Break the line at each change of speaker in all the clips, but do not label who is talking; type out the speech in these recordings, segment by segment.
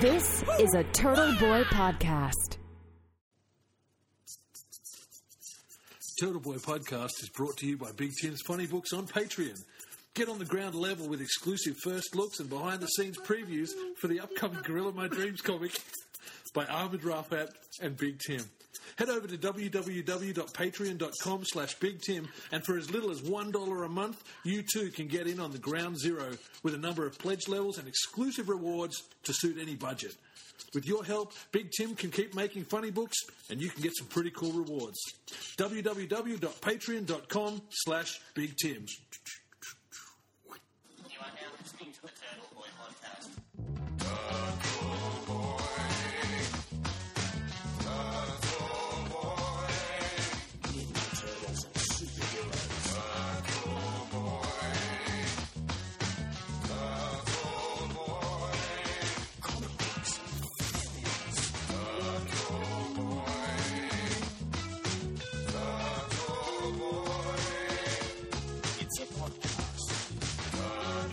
This is a Turtle Boy podcast.
Turtle Boy podcast is brought to you by Big Tim's Funny Books on Patreon. Get on the ground level with exclusive first looks and behind the scenes previews for the upcoming Gorilla My Dreams comic by Ahmed Rafat and Big Tim. Head over to www.patreon.com slash Big Tim and for as little as $1 a month, you too can get in on the ground zero with a number of pledge levels and exclusive rewards to suit any budget. With your help, Big Tim can keep making funny books and you can get some pretty cool rewards. www.patreon.com slash Big Tim.
You are now listening to the Turtle Boy podcast. It's a podcast.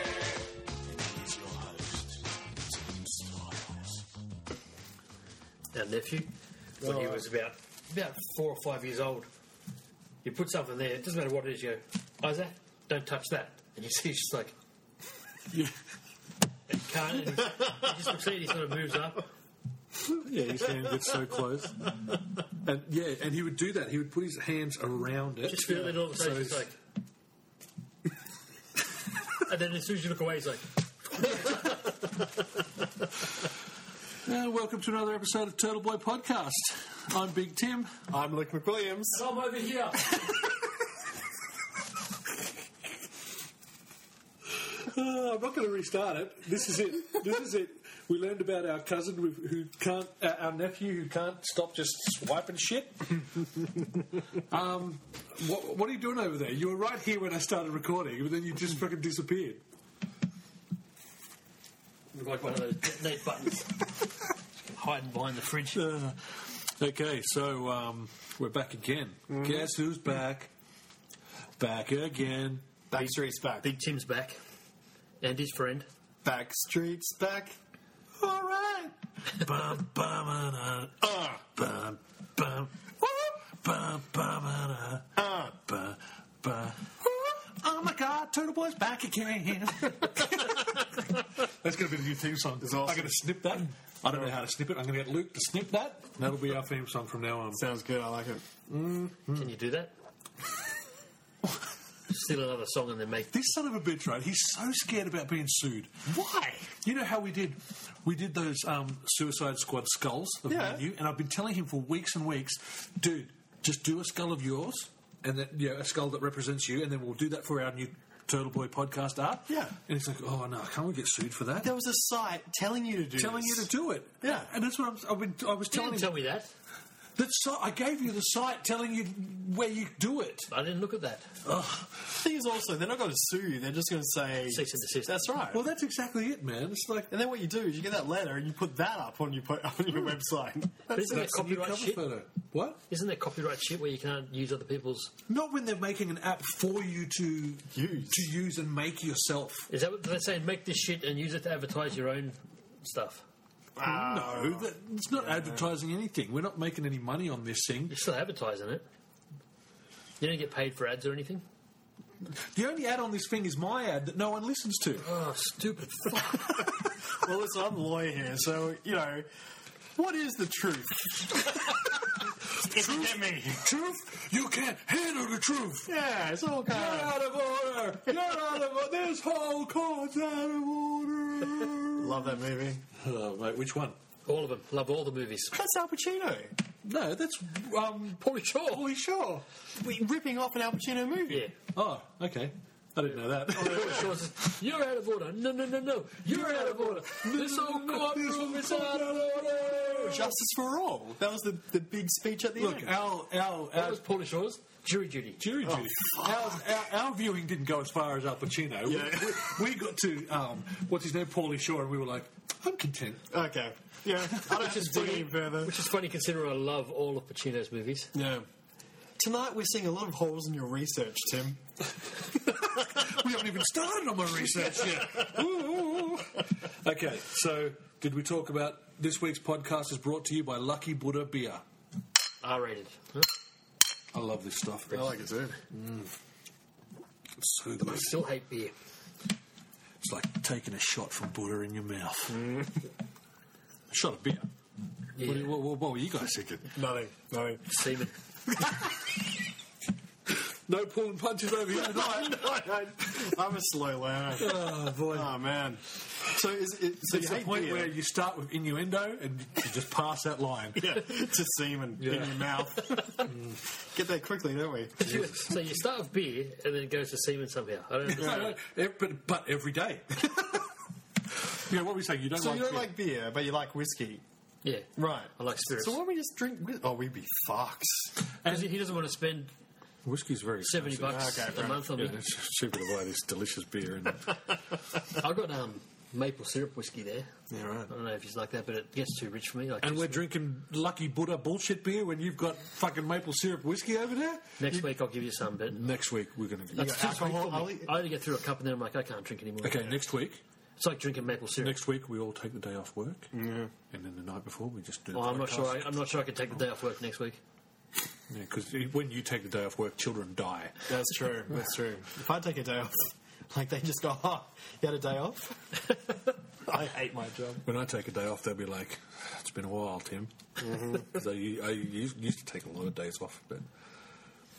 He's your host, Tim Stiles.
our nephew when he
Right.
was about about four or five years old. You put something there, it doesn't matter what it is, you go, Isaac, don't touch that. And you see he's just like It can't and he's- he just looks at it, he sort of moves up.
Yeah, his hand gets so close. And yeah, and he would do that. He would put his hands around it.
Just feel it all of a sudden he's like And then as soon as you look away he's like
Uh, welcome to another episode of Turtle Boy Podcast. I'm Big Tim.
I'm Luke McWilliams.
Come over here
Uh, I'm not going to restart it. This is it. This is it. We learned about our cousin who- who can't, uh, our nephew who can't stop just swiping shit. um, what, what are you doing over there? You were right here when I started recording, but then you just fucking disappeared.
like one of those detonate buttons. Hiding behind the fridge.
Uh, okay, so um, we're back again. Guess who's back? Back again.
Backstreet's back.
Big Tim's back. And his friend.
Backstreet's back. All right.
bum, bum, uh,
Uh,
bum, bum, bum, bum, uh,
uh.
bum, bum. Oh my God, Turtle Boy's back again. That's going to be the new theme song.
It's awesome.
I'm going to snip that. I don't know how to snip it. I'm going to get Luke to snip that. And that'll be our theme song from now on.
Sounds good. I like it.
Can you do that? Steal another song and then make
This son of a bitch, right? He's so scared about being sued.
Why?
You know how we did we did those um, Suicide Squad skulls of
Yeah.
you, and I've been telling him for weeks and weeks, dude, just do a skull of yours, and then you know, a skull that represents you, and then we'll do that for our new Turtle Boy podcast art.
Yeah.
and he's like, oh no, can't we get sued for that?
There was a site telling you to do.
Telling you to do it,
Yeah.
and that's what I'm, I've been, I was
You
telling
didn't
him.
tell me that.
That so, I gave you the site telling you where you do it.
I didn't look at that.
The thing is, also, they're not going to sue you. They're just going to say
Cease and desist.
That's right.
Well, that's exactly it, man. It's like
and then what you do is you get that letter and you put that up on your po- on your website.
isn't that
a new
copyright shit?
photo. What?
Isn't that copyright shit where you can't use other people's?
Not when they're making an app for you to
Use.
to use and make yourself.
Is that what they're saying? Make this shit and use it to advertise your own stuff.
no, that, it's not advertising anything. We're not making any money on this thing.
You're still advertising it. You don't get paid for ads or anything.
The only ad on this thing is my ad that no one listens to.
Oh, stupid! Fuck.
well, listen, I'm a lawyer here, so you know what is the truth. if you get me,
Truth, you can't handle the truth.
yeah, it's all
You're
kind of.
out of order. You're out of order. This whole court's out of order.
Love that movie.
Oh, mate, which one?
all of them. Love all the movies.
That's Al Pacino.
No, that's um.
Paulie Shaw.
Holy sure.
We- ripping off an Al Pacino movie.
Yeah.
Oh, okay. I didn't know that.
Paulie Shaw says, "You're out of order." No, no, no, no. You're out of order. This whole courtroom is out of order.
Justice for all. That was the, the big speech at the
Look,
end.
our our,
That
our
was Paulie Shaw's jury duty.
jury
Oh.
duty. our, our, our viewing didn't go as far as Al Pacino. We-
Yeah.
We, we got to um, what's his name, Paulie Shaw, and we were like, I'm content.
okay. Yeah. I don't just dig any further.
Which is funny considering I love all of Pacino's movies.
Yeah. Tonight we're seeing a lot of holes in your research, Tim.
we haven't even started on my research yet. Ooh. Okay, so did we talk about this week's podcast is brought to you by Lucky Buddha Beer?
R rated.
I love this stuff. Mm.
I like it too.
It's so good.
Still hate beer.
It's like taking a shot from Buddha in your mouth.
Mm.
a shot of beer. What, do you- what- what- what were you guys thinking?
Nothing. Nothing.
Semen.
No pulling punches over here tonight.
I'm a slow learner.
oh boy.
Oh man. So is it? So
it's
you
the
hate
point
beer.
where you start with innuendo and you just pass that line.
yeah, to semen in
Yeah.
your mouth. Get that quickly, don't we?
so you start with beer and then it goes to semen somehow. I
No,
don't understand.
no, ev- eh, but, but every day. yeah, what were we saying? You don't
So
like
you don't
beer.
like beer, but you like whiskey,
yeah.
right?
I like spirits.
So why don't we just drink? Whis- oh, we'd be fucks.
And he doesn't want to spend
Whiskey's very
70
expensive.
bucks
Okay,
a
fair
month on
Yeah,
me.
it's cheaper to buy this delicious beer. And,
I've got um, maple syrup whiskey there.
Yeah, right.
I don't know if it's like that, but it gets too rich for me. Like
and
this-
we're drinking Lucky Buddha bullshit beer when you've got fucking maple syrup whiskey over there?
next week I'll give you some, but
Next week, we're going to
That's too sweet
alcohol,
for me.
I'll eat-
I only get through a cup and then I'm like, I can't drink anymore.
Okay, next week.
It's like drinking maple syrup.
Next week, we all take the day off work. And then the night before, we just do the
Well, Oh, I'm not
podcast.
sure. I, I'm not sure I can take the day off work next week.
Yeah, because when you take the day off work, children die.
That's true. That's true. If I take a day off, like they just go, oh, you had a day off. I hate my job.
When I take a day off, they'll be like, "It's been a while, Tim." Because I, I used, used to take a lot of days off, but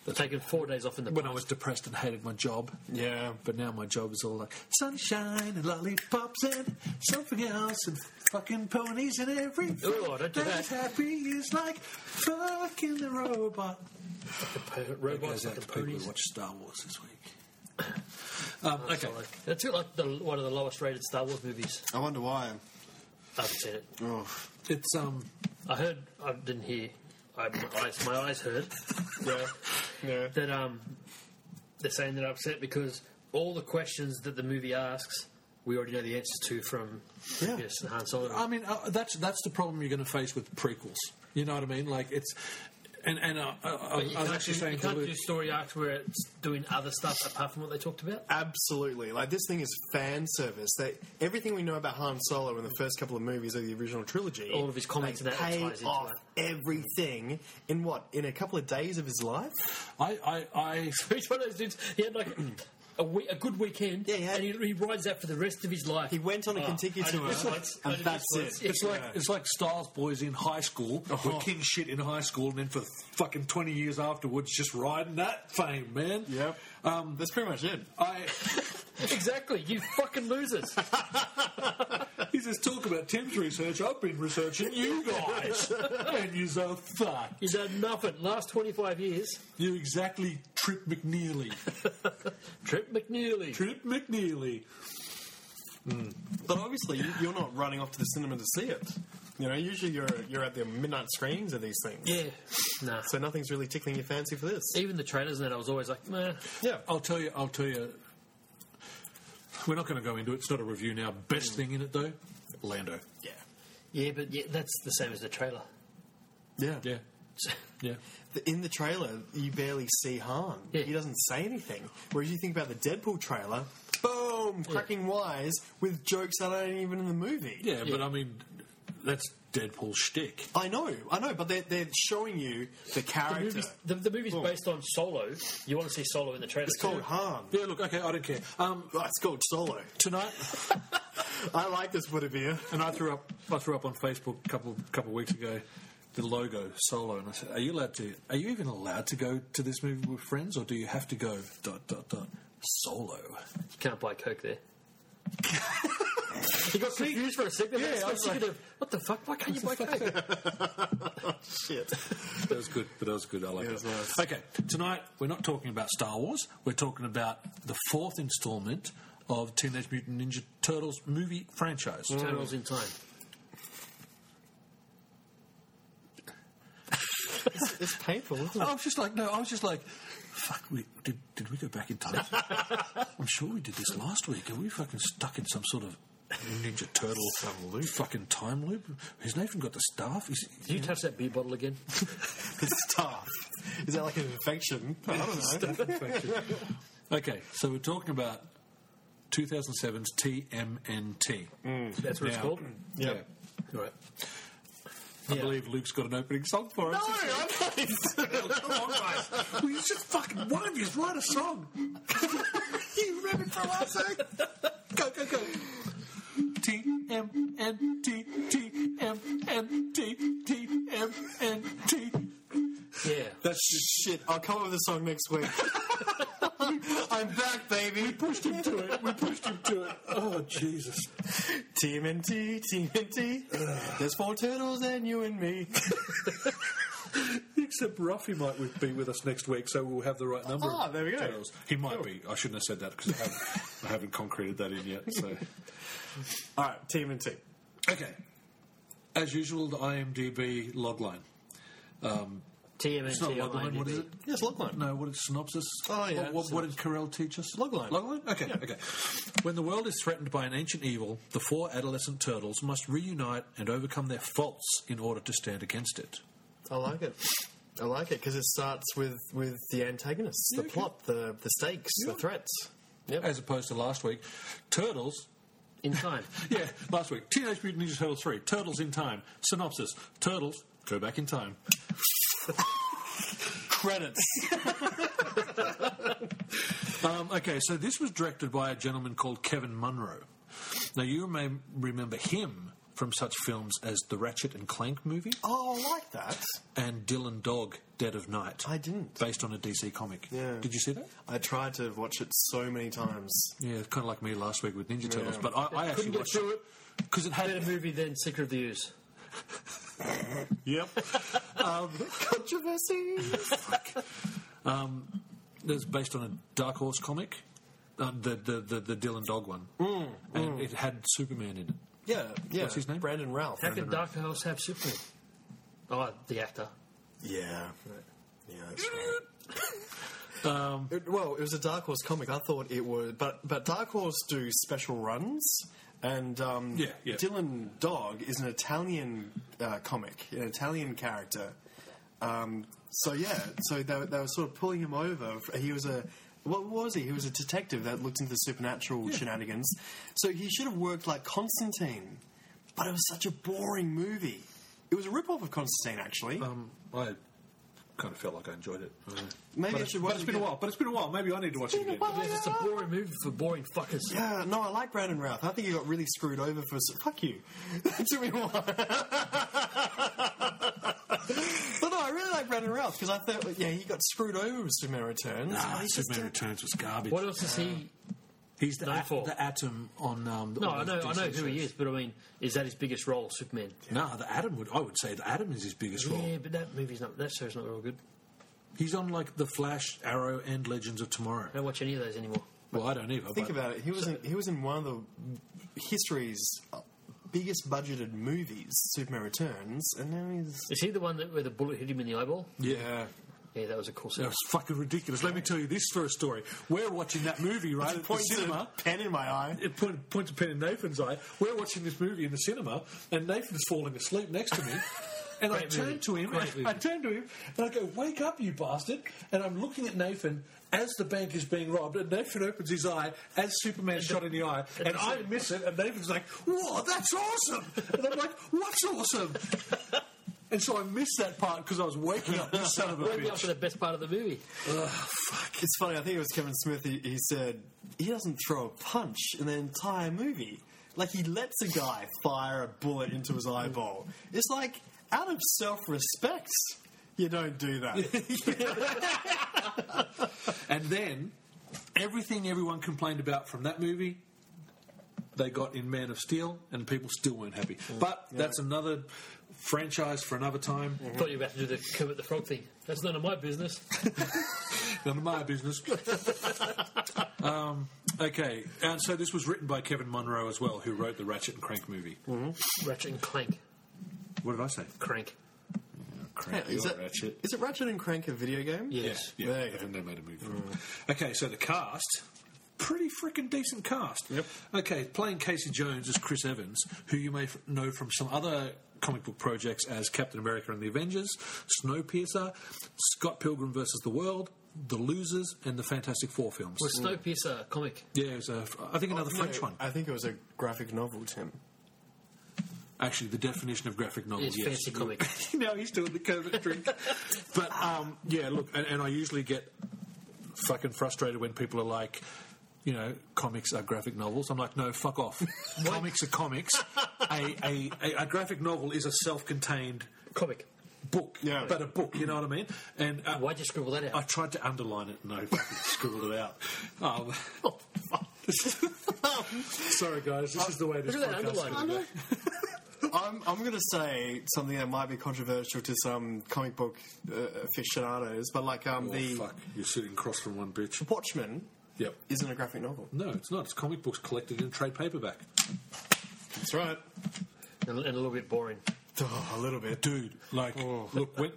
I've taken four days off in the
when I
past.
was depressed and hated my job.
Yeah.
But now my job is all like sunshine and lollipops and something else and fucking ponies and everything.
Oh, don't do
that's
that.
happy is like fucking the robot.
Po- robots
Goes out
and
to people who
ponies.
watch Star Wars this week. Um, okay,
Like, it's like the, one of the lowest rated Star Wars movies.
I wonder why.
I haven't seen it.
Oh,
it's um.
I heard. I didn't hear. I, my, eyes, my eyes heard. yeah.
yeah.
That um, they're saying they're upset because all the questions that the movie asks, we already know the answers to from
Yeah. Um,
yes, Han Solo.
I mean, uh, that's that's the problem you're going to face with prequels. You know what I mean? Like it's, and and uh, uh, I,
But you
I was
can't
actually
do-
saying
you
to
can't
Luke,
do story arcs where it's doing other stuff apart from what they talked about.
Absolutely. Like this thing is fan service. They everything we know about Han Solo in the first couple of movies of the original trilogy.
All of his comments
they
and that
pay
ties into
off
that.
everything in what in a couple of days of his life.
I, I, I
He's one of those dudes. He had like a, week, a good weekend,
Yeah, he had-
and he, he rides that for the rest of his life.
He went on a
Oh,
Kentucky
I did
tour,
this once, I
and
did
that's
this once.
it.
it's like
Yeah.
it's like Styles Boys in high school
Uh-huh.
were king shit in high school, and then for fucking twenty years afterwards, just riding that fame, man.
Yep.
Um,
That's pretty much it.
I
exactly. You fucking losers.
he just talk about Tim's research. I've been researching you guys, and you so fuck.
He's done nothing. Last twenty five years.
You exactly Trip McNeely.
Trip McNeely.
Trip McNeely.
But obviously, you, you're not running off to the cinema to see it. You know, usually you're you're at the midnight screenings of these things.
Yeah. Nah.
So nothing's really tickling your fancy for this.
Even the trailers and that, I was always like, nah.
Yeah.
I'll tell you. I'll tell you. We're not going to go into it. It's not a review now. Best thing in it though, Mm. Lando.
Yeah.
Yeah, but yeah, that's the same as the trailer.
Yeah.
Yeah, yeah.
The- In the trailer, you barely see Han.
Yeah.
He doesn't say anything. Whereas you think about the Deadpool trailer, boom, cracking wise with jokes that aren't even in the movie.
Yeah, but I mean, that's Deadpool shtick.
I know, I know, but they're, they're showing you the
The
character.
movie's, the, the movie's based on Solo. You want to see Solo in the trailer?
it's called
too.
Han.
Yeah, look, okay, I don't care. Um,
Oh, it's called Solo.
tonight,
I like this Buddha beer.
and I threw up, I threw up on Facebook a couple couple weeks ago, the logo solo, and I said, "Are you allowed to? Are you even allowed to go to this movie with friends, or do you have to go dot dot dot solo?"
You can't buy Coke there. he got confused for a second.
Yeah,
That's
I
what
was
she
like-
could have- what the fuck? Why can't you buy Coke?
Shit.
That was good. That was good. I like that.
Yeah, it was nice.
Okay, tonight we're not talking about Star Wars. We're talking about the fourth installment of Teenage Mutant Ninja Turtles movie franchise.
Mm.
Turtles in time.
It's painful, isn't it?
I was just like, no, I was just like, fuck, we, did, did we go back in time? I'm sure we did this last week. Are we fucking stuck in some sort of Ninja Turtle fucking time loop? Has Nathan got the staff? Is,
Did you touch that beer bottle again?
It's tough. Is that like an infection? I don't know.
Okay, so we're talking about 2007's TMNT.
That's what it's
Now-
called.
Yeah.
Yeah. Right. I believe Luke's got an opening song for us. Come on, guys. Well, you just fucking one of you write a song. you remember from last night? Go, go, go. T M N T T M N T T M N T.
Yeah.
That's just shit. I'll come up with a song next week. I'm back, baby. We pushed him to it. We pushed him to it.
Oh Jesus!
TMNT, TMNT. There's four turtles and you and me.
Except Ruffy might with- be with us next week, so we'll have the right number.
Ah,
of
there we go.
turtles. He might be. I shouldn't have said that because I haven't, I haven't concreted that in yet. So.
All right, TMNT.
Okay. As usual, the IMDb logline.
TMNT.
It's not
on
logline. What is
IMDb.
it?
Yes, Logline.
No, what is synopsis?
Oh, yeah,
What, what, what did Carell teach us?
Logline.
Logline? Okay, okay. When the world is threatened by an ancient evil, the four adolescent turtles must reunite and overcome their faults in order to stand against it.
I like it. I like it because it starts with, with the antagonists, the
okay.
plot, the, the stakes, the threats. Yep.
As opposed to last week, Turtles.
In time.
Yeah, last week. Teenage Mutant Ninja Turtles 3, Turtles in Time. Synopsis Turtles go back in time.
Credits.
Um, okay, so this was directed by a gentleman called Kevin Munro. Now, you may remember him from such films as the Ratchet and Clank movie.
oh, I like that.
and Dylan Dog, Dead of Night.
I didn't.
Based on a DC comic.
Yeah.
Did you see that?
I tried to watch it so many times.
Yeah, it's kind of like me last week with Ninja Turtles, but I, I actually
get
watched
through
it because it had
Better movie than Secret of the Ooze.
Yep. Controversy.
It was based on a Dark Horse comic, um, the, the the the Dylan Dog one, and it had Superman in it.
Yeah, yeah.
What's his name?
Brandon Ralph.
How could Dark House have Superman? Oh, the actor.
Yeah. Yeah. That's um, it, well, it was a Dark Horse comic. I thought it was, but but Dark Horse do special runs, and um,
Yeah, yeah.
Dylan Dog is an Italian uh, comic, an Italian character. Um, so yeah, so they, were- they were sort of pulling him over. He was a what was he? He was a detective that looked into the supernatural shenanigans. So he should have worked like Constantine, but it was such a boring movie. It was a rip-off of Constantine, actually.
Um, I kind of felt like I enjoyed it. Uh,
Maybe
but
I
it-
should
But
watch
it's
it
been a
again.
while. But it's been a while. Maybe I need to watch it again.
Yes, it's a boring movie for boring fuckers.
Yeah, no, I like Brandon Routh. I think he got really screwed over for. Fuck you. It took me a while. but no, I really like Brandon Routh because I thought, yeah, he got screwed over with Superman Returns.
Ah,
He's just
Superman
a-
Returns was garbage.
What else is he?
He's the,
known
at-
for?
the Atom on. Um, the-
No,
all
I know,
the
I know
DC
who he
shows.
is, but I mean, is that his biggest role, Superman?
No, the Atom would. I would say the Atom is his biggest role.
Yeah, but that movie's not. That show's not real good.
He's on like the Flash, Arrow, and Legends of Tomorrow.
I don't watch any of those anymore.
Well, I don't either.
Think
but
about it. He was in, he was in one of the history's uh, biggest budgeted movies, Superman Returns, and now he's
Is he the one that where the bullet hit him in the eyeball?
yeah.
Yeah, that was a cool
That
scene.
was fucking ridiculous. Let me tell you this for a story. We're watching that movie right at the
Points
cinema.
a pen in my eye.
It point, points a pen in Nathan's eye. We're watching this movie in the cinema, and Nathan's falling asleep next to me. And I
Great
turn
movie.
to him.
Great movie.
I, I turn to him, and I go, "Wake up, you bastard!" And I'm looking at Nathan as the bank is being robbed, and Nathan opens his eye as Superman's shot in the eye, and I miss it. And Nathan's like, "Whoa, that's awesome!" And I'm like, "What's awesome?" And so I missed that part because I was waking up this son of a
Wake up
bitch.
for the best part of the movie.
It's funny. I think it was Kevin Smith. He, he said he doesn't throw a punch in the entire movie. Like he lets a guy fire a bullet into his eyeball. It's like out of self-respect, you don't do that.
And then everything everyone complained about from that movie, they got in Man of Steel, and people still weren't happy. But that's another franchise for another time.
Thought you were about to do the Kermit the Frog thing. That's none of my business.
None of my business. um, okay, and so this was written by Kevin Monroe as well, who wrote the Ratchet and Crank movie.
Ratchet and Clank.
What did I say?
Crank.
Crank,
is,
not
it, is it Ratchet and Crank a video game?
Yes.
Yeah,
There
yeah.
you
I
go.
think they made a movie. Mm. Okay, so the cast, pretty freaking decent cast.
Yep.
Okay, playing Casey Jones is Chris Evans, who you may f- know from some other comic book projects as Captain America and the Avengers, Snowpiercer, Scott Pilgrim versus the World, The Losers and the Fantastic Four films.
Was Snowpiercer a comic?
yeah, it was a, I think another
No,
French one.
I think it was a graphic novel, Tim.
Actually, the definition of graphic novel.
It's
yes.
fancy comic.
now he's doing the COVID drink. but um, yeah, look, and, and I usually get fucking frustrated when people are like, you know, comics are graphic novels. I'm like, no, fuck off. comics are comics. a, a, a, a graphic novel is a self-contained
comic.
book,
Yeah.
but a book. You know what I mean? And uh,
Why'd you scribble that out?
I tried to underline it and I fucking scribbled it out. Um,
Oh,
sorry, guys, this is the way this
Uh, Look at that
podcast
underline.
goes.
I'm, I'm going to say something that might be controversial to some comic book uh, aficionados, but like um,
Oh,
the
fuck, you're sitting cross from one bitch.
Watchmen
Yep.
isn't a graphic novel.
No, it's not. It's comic books collected in trade paperback.
That's right.
And, and a little bit boring.
Oh, a little bit.
Dude, like, look, when,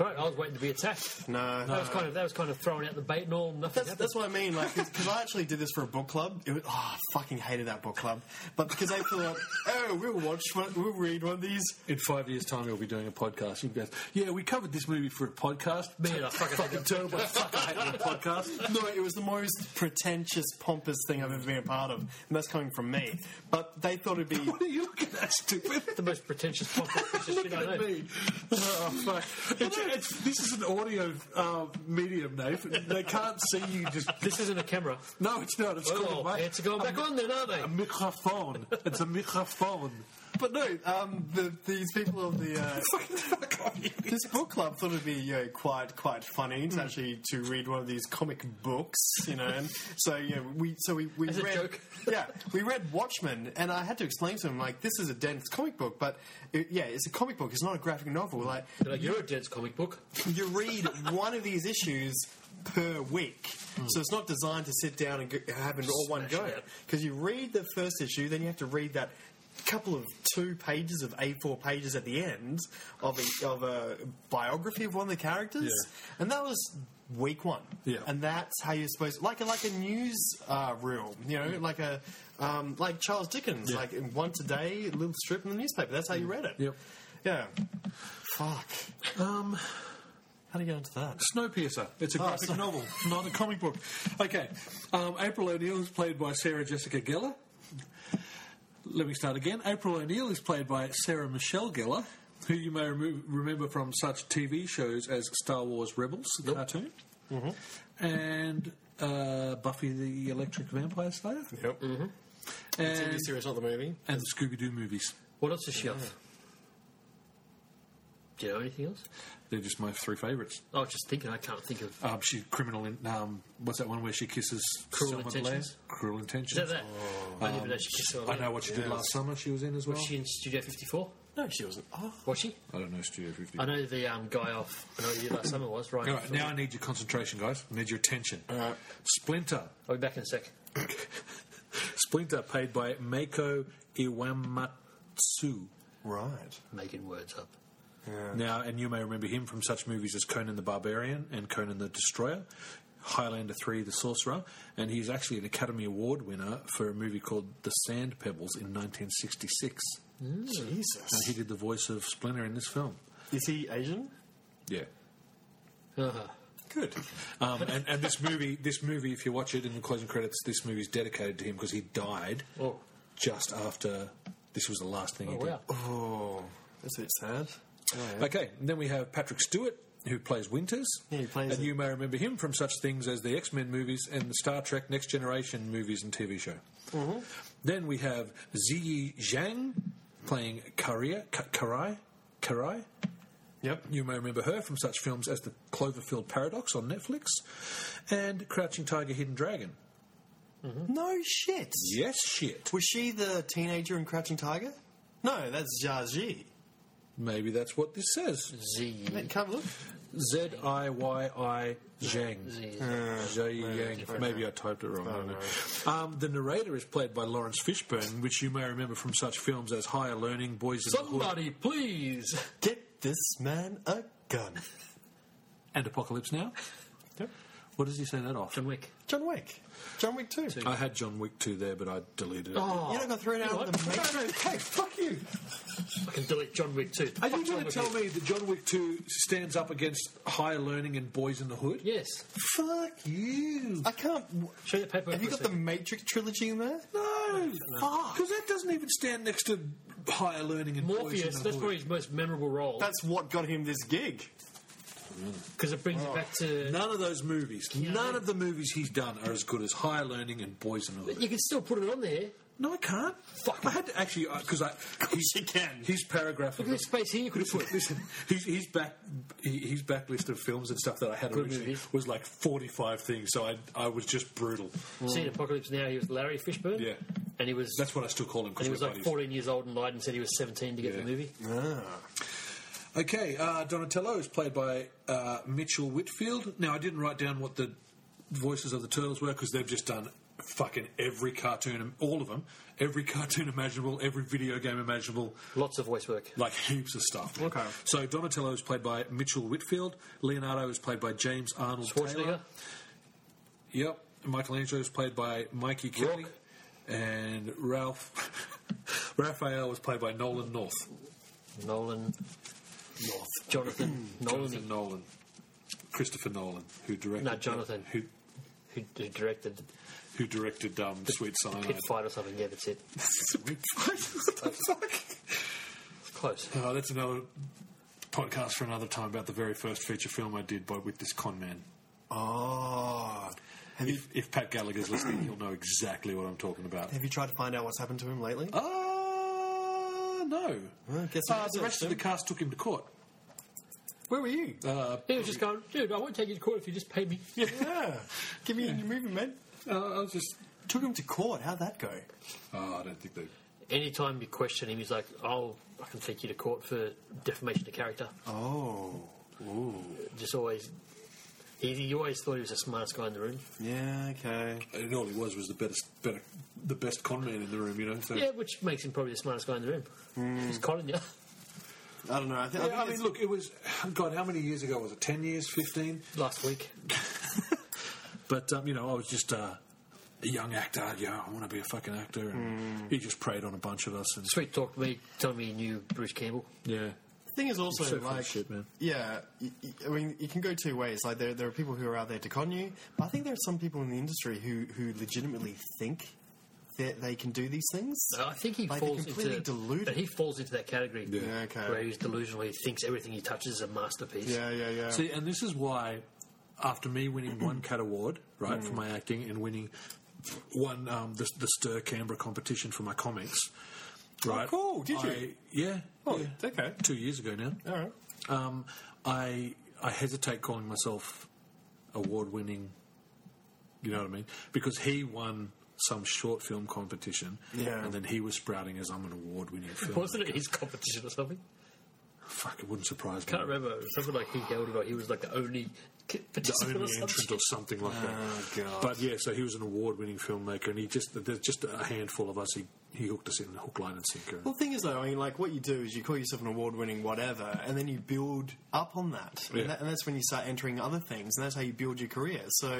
Right, I was waiting to be attacked.
No,
That was kind of that was kind of throwing out the bait and all. Nothing
That's,
happened.
that's what I mean, like, because I actually did this for a book club. It was, oh, I fucking hated that book club, but because they thought, oh, we'll watch, one, we'll read one of these.
in five years' time, you'll be doing a podcast. You guys, yeah, we covered this movie for a podcast.
Man, I fucking hate that.
terrible. Fuck, I hate that podcast.
No, it was the most pretentious, pompous thing I've ever been a part of, and that's coming from me. But they thought it'd be.
What are you looking at, stupid?
the most pretentious podcast shit
Look
I
at
know.
me. Oh, fuck. It's, it's, this is an audio uh, medium, Nathan. They can't see you just.
This isn't a camera.
No, it's not. It's
Oh,
called a mic-
it's going back
a,
on then, aren't they?
A microphone. It's a microphone.
But no, um, the, these people of the uh, this book club thought it'd be you know, quite quite funny
Hmm.
to actually to read one of these comic books, you know. And so yeah, we so we, we
As a
read
joke.
yeah we read Watchmen, and I had to explain to him like this is a dense comic book, but it, yeah, it's a comic book. It's not a graphic novel. Like
They're like, you're a dense comic book.
you read one of these issues per week.
Hmm.
So it's not designed to sit down and go, have it all one
Smash
go.
it out.
Because you read the first issue, then you have to read that couple of two pages of A4 pages at the end of a, of a biography of one of the characters.
Yeah.
And that was week one.
Yeah.
And that's how you're supposed like a, like a news uh, reel, you know, like a um, like Charles Dickens,
Yeah. Mm.
like in one today little strip in the newspaper. That's how you read it.
Yep.
Yeah. Fuck.
Um,
How do you get into that?
Snowpiercer. It's a
Oh,
graphic
sorry.
novel, not a comic book. Okay. Um, April O'Neil is played by Sarah Jessica Gellar. Let me start again. April O'Neil is played by Sarah Michelle Gellar, who you may remo- remember from such TV shows as Star Wars Rebels, the cartoon,
Mm-hmm.
and uh, Buffy the Electric Vampire Slayer,
Yep. TV
and,
series, not the movie.
and the Scooby Doo movies.
What else is she off? Do you know anything else?
They're just my three favourites.
I was just thinking. I can't think of.
Um, she criminal. In, um, what's that one where she kisses
Cruel
Selma
Intentions?
Blair? Cruel
Is
intentions.
that that? I didn't even know she kissed someone.
Oh, um, I know what she did last summer. She was in as well.
Was she in Studio 54?
No, she wasn't. Oh,
Was she?
I don't know Studio 50.
I know the um, guy off. I know what you did last summer was right.
All right, now I need your concentration, guys. I need your attention.
right.
Splinter.
I'll be back in a sec.
Splinter, played by Mako Iwamatsu.
right.
Making words up.
Now, and you may remember him from such movies as Conan the Barbarian and Conan the Destroyer, Highlander 3, The Sorcerer, and he's actually an Academy Award winner for a movie called The Sand Pebbles in 1966. And he
Jesus.
did the voice of Splinter in this film.
Is Hmm. he Asian?
Yeah.
Uh-huh.
Good.
Um, and, and this movie, this movie, if you watch it in the closing credits, this movie is dedicated to him because he died
Oh.
just after. This was the last thing
Oh,
he did.
wow.
Oh, that's a bit sad.
Okay, and then we have Patrick Stewart, who plays Winters.
Yeah, he plays
and
it.
you may remember him from such things as the X Men movies and the Star Trek Next Generation movies and TV show.
Mm-hmm.
Then we have Ziyi Zhang playing Karia, Ka- Karai, Karai.
Yep.
You may remember her from such films as The Cloverfield Paradox on Netflix and Crouching Tiger, Hidden Dragon.
No shit.
Yes, shit.
Was she the teenager in Crouching Tiger? No, that's Zha Ji.
Maybe that's what this says.
Z.
Mate, Come look.
Z I Y I Zhang.
Z.
Zhang. Maybe I typed it wrong. I don't know. Um, the narrator is played by Lawrence Fishburne, which you may remember from such films as Higher Learning, Boys in the Hood,
Somebody, please.
Get this man a gun.
and Apocalypse Now.
Yep.
What does he say that off?
John Wick.
John Wick. John Wick 2.
I had John Wick 2 there, but I deleted it.
Oh,
You don't got thrown out
You
of
know
the
what?
mix. No, no, hey, fuck you.
I can delete John Wick too.
Are you
Fuck's wrong
going to
with
tell me that John Wick 2 stands up against higher learning and boys in the hood?
Yes.
Fuck you.
I can't. w-
Show the paper.
Have you got the Matrix trilogy in there?
No. Because that doesn't even stand next to higher learning and boys
Morpheus?
in the
That's
hood.
probably his most memorable role
That's what got him this gig.
because it brings it back to.
None of those movies, none of the movies he's done are as good as Higher Learning and Boys in the Hood.
You can still put it on there.
No, I can't. Fuck. I had to actually because I. He's,
you can.
His paragraph.
Look at the space here you could have
Listen,
put.
listen, his, his back, he- his back list of films and stuff that I had originally
movies.
was like forty five things. So I, I was just brutal.
See, in Apocalypse Now, he was Larry Fishburne.
Yeah.
And he was.
That's what I still call him. 'cause
and he was
we're
like
buddies.
14 years old and lied and said he was 17 to get
Yeah.
the movie.
Okay, uh, Donatello is played by uh, Mitchell Whitfield. Now, I didn't write down what the voices of the Turtles were because they've just done fucking every cartoon, all of them, every cartoon imaginable, every video game imaginable,
Lots of voice work.
like heaps of stuff.
Okay.
So Donatello is played by Mitchell Whitfield. Leonardo is played by James Arnold Taylor.
Schwarzenegger.
Yep. Michelangelo is played by Mikey Kelly. And Ralph Raphael was played by Nolan North.
Nolan. Jonathan.
Jonathan
Nolan.
Nolan. Christopher Nolan, who directed
No, Jonathan.
who
Who, who directed
who directed um, Sweet Cyanide.
Pit Fight or something. Yeah, that's it.
Sweet Cyanide.
Close.
oh, that's another podcast for another time about the very first feature film I did by with this con man.
Oh. Have you,
If, if Pat Gallagher's listening, he'll know exactly what I'm talking about.
have you tried to find out what's happened to him lately?
Uh, no.
Well, guess
uh,
what
the
it
rest
is,
of the
then.
cast took him to court.
Where were you?
He was just going, dude, I won't take you to court if you just pay me.
yeah. Give me a new movie, man.
Uh, I was just.
Took him to court. How'd that go?
Oh, I don't think they.
Anytime you question him, he's like, oh, I can take you to court for defamation of character.
Oh. Ooh.
Just always. He, you always thought he was the smartest guy in the room.
Yeah, okay.
And all he was was the best, better, the best con man in the room, you know. So.
Yeah, which makes him probably the smartest guy in the room.
Hmm.
He's conning you.
I don't know. I, think,
Yeah, I mean,
it's-
look, it was God. How many years ago was it? Ten years, fifteen.
Last week.
But um, you know, I was just uh, a young actor. Yeah, I want to be a fucking actor,
Mm.
and he just preyed on a bunch of us. And
Sweet talk to me, telling me he knew Bruce Campbell.
yeah,
thing is also
So full of
like
shit, man.
yeah y- y- i mean you can go two ways like there, there are people who are out there to con you but i think there are some people in the industry who who legitimately think that they can do these things
Uh, I think he
Like, they're
falls
completely
into
deluded.
But he falls into that category.
Yeah, okay.
Where he's delusional, he thinks everything he touches is a masterpiece.
yeah yeah yeah
See, and this is why, after me winning one Cat Award, right,
Mm.
for my acting and winning one um, the, the Stir Canberra competition for my comics, right?
Oh, cool. Did you?
I- Yeah.
Oh,
yeah.
okay.
Two years ago now.
all right
Um, I I hesitate calling myself award winning. You know what I mean? Because he won some short film competition,
Yeah.
and then he was sprouting as I'm an award winning film.
Wasn't it his competition or something?
Fuck, it wouldn't surprise me.
Can't remember. It was something like he held it, or he was like the only ki-
The
participant or
only
something.
entrant or something like that.
Oh, God.
But yeah, so he was an award-winning filmmaker, and he just there's just a handful of us. He he hooked us in the hook, line, and sinker.
well the thing is though i mean like what you do is you call yourself an award-winning whatever and then you build up on that.
Yeah.
And, that and that's when you start entering other things and that's how you build your career so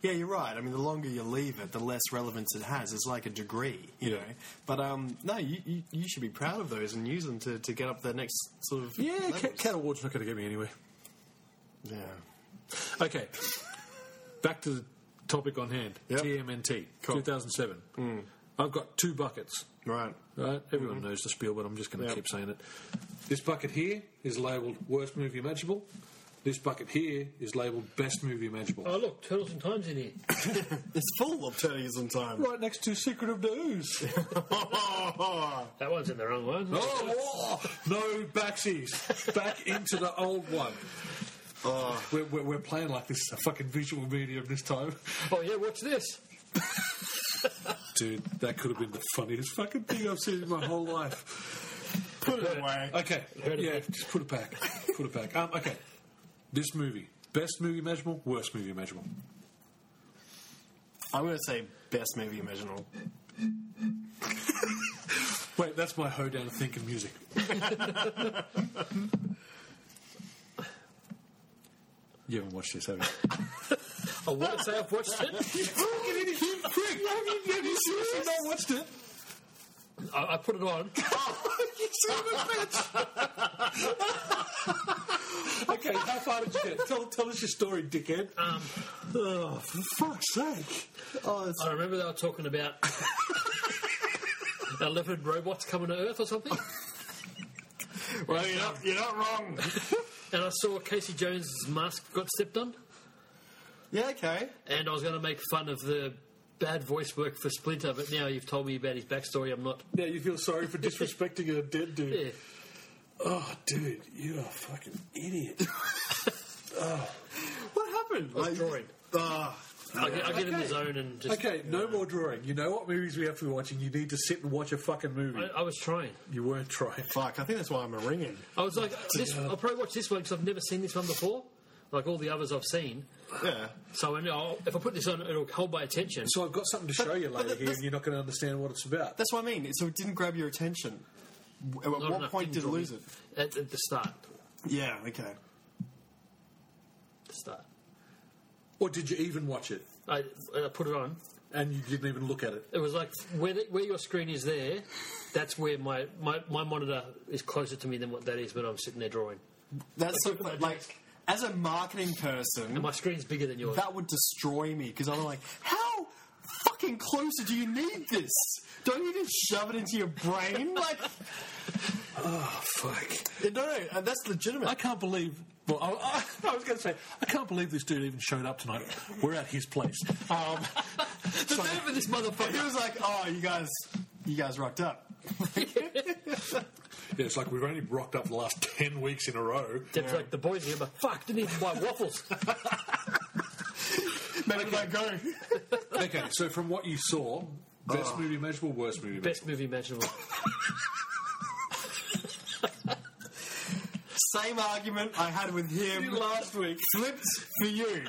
yeah you're right i mean the longer you leave it the less relevance it has it's like a degree you
Yeah.
know but um no you, you, you should be proud of those and use them to, to get up the next sort of
yeah,
levels.
Cat, Cat Award's not going to get me anywhere.
Yeah.
Okay. Back to the topic on hand.
Yep.
TMNT,
Cool.
2007. I've got two buckets.
Right.
Right? Everyone knows the spiel, but I'm just going to
Yep.
keep saying it. This bucket here is labelled worst movie imaginable. This bucket here is labelled best movie imaginable.
Oh look, turtles and times in here.
It's full of turnies and time.
Right next to Secret of the Ooze.
That one's in the wrong one.
oh, oh, no backsies. Back into the old one. We're, we're, we're playing like this is a fucking visual medium this time.
Oh, yeah, watch this.
Dude, that could have been the funniest fucking thing I've seen in my whole life.
Put it away.
Okay,
Heard of
yeah,
it.
just put it back. Put it back. Um, okay, this movie. Best movie imaginable, worst movie imaginable.
I'm going to say best movie imaginable.
Wait, that's my hoedown of thinking music. you haven't watched this, have you?
I want to say I've watched it.
Fucking idiot, you prick! Have you, have you seriously not watched it?
I, I put it on.
you son of a bitch!
Okay, how far did you get? Tell, tell us your story, dickhead.
Um,
Oh, for fuck's sake. Oh, it's
I remember they were talking about elephant robots coming to Earth or something.
Well, you're not, you're not wrong.
And I saw Casey Jones' mask got stepped on.
yeah, okay.
And I was going to make fun of the bad voice work for Splinter, but now you've told me about his backstory. I'm not.
Now you feel sorry for disrespecting a dead dude.
Yeah.
Oh, dude, you're a fucking idiot. Oh.
What happened? I
was drawing.
Ah,
I get, I get in
Okay.
the zone and just.
okay, no more drawing. You know what movies we have to be watching. You need to sit and watch a fucking movie.
I, I was trying.
you weren't trying.
fuck, I think that's why I'm a ringing.
I was like, this, I'll probably watch this one because I've never seen this one before, like all the others I've seen.
Yeah.
So I know if I put this on, it'll hold my attention.
So I've got something to show you
but
later
that-
here, and you're not going to understand what it's about.
That's what I mean. So it didn't grab your attention. W- At
Not
what
enough, didn't
point did it
draw me.
lose it?
At, at the start.
Yeah, okay.
The start.
Or did you even watch it?
I, I put it on.
And you didn't even look at it.
It was like where, the, where your screen is there, that's where my, my, my monitor is closer to me than what that is when I'm sitting there drawing.
That's so,
look at my
like,
desk.
as a marketing person,
And my screen's bigger than yours.
that would destroy me because I'm like, how fucking closer do you need this? Don't you just shove it into your brain? Like,
Oh, Fuck.
no, no, uh, that's legitimate.
I can't believe. Well, I, I, I was going to say, I can't believe this dude even showed up tonight. We're at his place. Um,
the name of this
he
motherfucker.
was like, oh, you guys, you guys rocked up.
yeah, it's like we've only rocked up the last 10 weeks in a row.
Deb's like, the boys here, but fuck, didn't even buy waffles.
Better let go.
Okay, so from what you saw, best
Oh.
movie imaginable, worst movie imaginable.
Best movie imaginable.
Same argument I had with him last week. Flipped for you.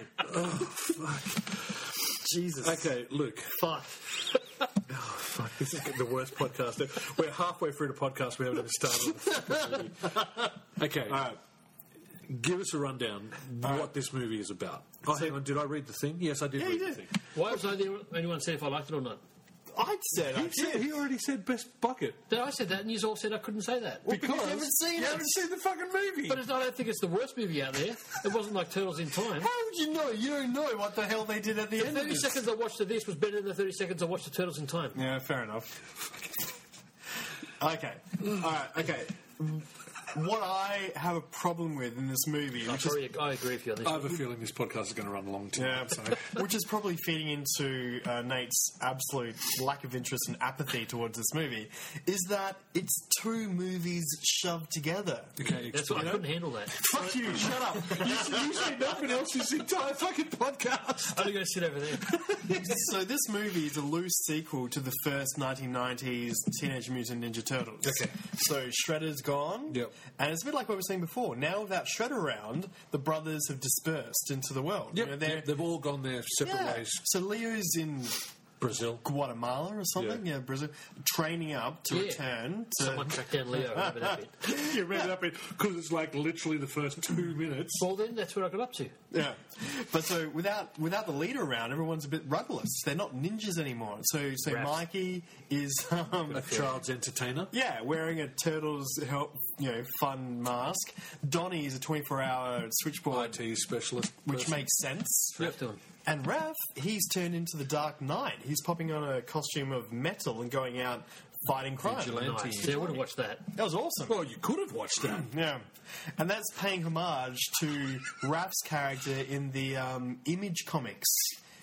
Jesus.
Okay, Luke. Oh,
Fuck.
Fuck, this is the worst podcast. ever. We're halfway through the podcast. We haven't even started. okay,
All right.
give us a rundown what this movie is about. Oh, hang on. Did I read the thing? Yes, I did
Yeah,
read
you
the
did.
thing.
Why was I the only one saying if I liked it or not?
I'd said I
He, said, he already said best bucket.
Then I said that, and you all said I couldn't say that.
because you haven't seen
you
it.
haven't seen the fucking movie.
But it's, I don't think it's the worst movie out there. It wasn't like Turtles in Time.
How would you know? You don't know what the hell they did at the, end of
30
this.
seconds I watched of this was better than the 30 seconds I watched of Turtles in Time.
Yeah, fair enough. okay. All right, okay. What I have a problem with in this movie,
I'm
which is,
sorry, I agree with you on this.
I have a feeling this podcast is going to run long too.
yeah, I'm sorry, which is probably feeding into uh, Nate's absolute lack of interest and apathy towards this movie, is that it's two movies shoved together.
Okay,
That's why I
explain.
couldn't handle that.
Fuck you! Shut up! You should- you should know.
Nothing else this entire fucking podcast.
I'm going to sit over there.
so this movie is a loose sequel to the first 1990s Teenage Mutant Ninja Turtles.
Okay.
So Shredder's gone.
Yep.
And it's a bit like what we were saying before. Now without Shredder around, the brothers have dispersed into the world. You know,
Yep,
they're,
yep, they've all gone their separate
yeah.
ways.
So Leo's in
Brazil.
Guatemala or something. Yeah,
Yeah.
Brazil. Training up to
Yeah.
return to.
Someone track down Leo over that bit.
you remember that bit because it's like literally the first two minutes.
Well, then that's what I got up to.
Yeah, but so without without the leader around, everyone's a bit rudderless. They're not ninjas anymore. So so
Rats.
Mikey is um,
A child's entertainer.
Yeah, wearing a turtle's help, you know, fun mask. Donnie is a 24-hour switchboard,
IT specialist.
which
person.
makes sense.
Left on.
And Raph, he's turned into the Dark Knight. He's popping on a costume of metal and going out fighting crime.
Vigilante.
Nice. Yeah, I would have watched that.
That was awesome.
Well, you could have watched that.
Yeah, and that's paying homage to Raph's character in the um, Image comics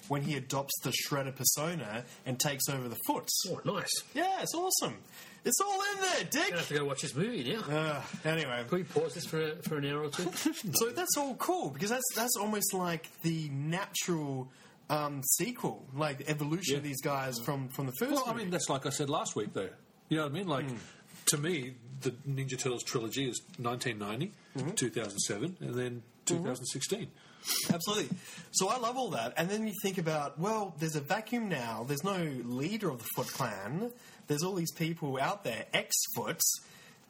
when he adopts the Shredder persona and takes over the Foot.
Oh, nice.
Yeah, it's awesome. It's all in there,
I'm going to
Dick.
have to go watch this movie now.
Uh, anyway,
Can we pause this for, for an hour or two?
So that's all cool because that's that's almost like the natural um, sequel, like the evolution of
Yeah.
these guys from from the first.
Well, I
movie.
mean, that's like I said last week, though. You know what I mean? Like, to me, the Ninja Turtles trilogy is 1990,
Mm-hmm.
2007, and then 2016.
absolutely. So I love all that, and then you think about well, there's a vacuum now. There's no leader of the Foot Clan. There's all these people out there, ex Foots.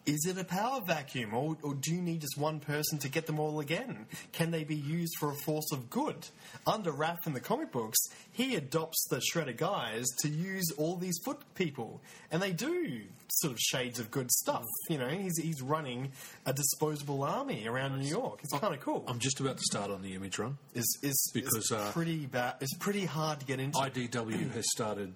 Is it a power vacuum, or, or do you need just one person to get them all again? Can they be used for a force of good? Under Raph in the comic books, he adopts the Shredder guys to use all these foot people, and they do sort of shades of good stuff. You know, he's, he's running a disposable army around New York. It's kind of cool.
I'm just about to start on the image run.
It's, it's,
Because,
it's
uh,
pretty bad. It's pretty hard to get into.
IDW has started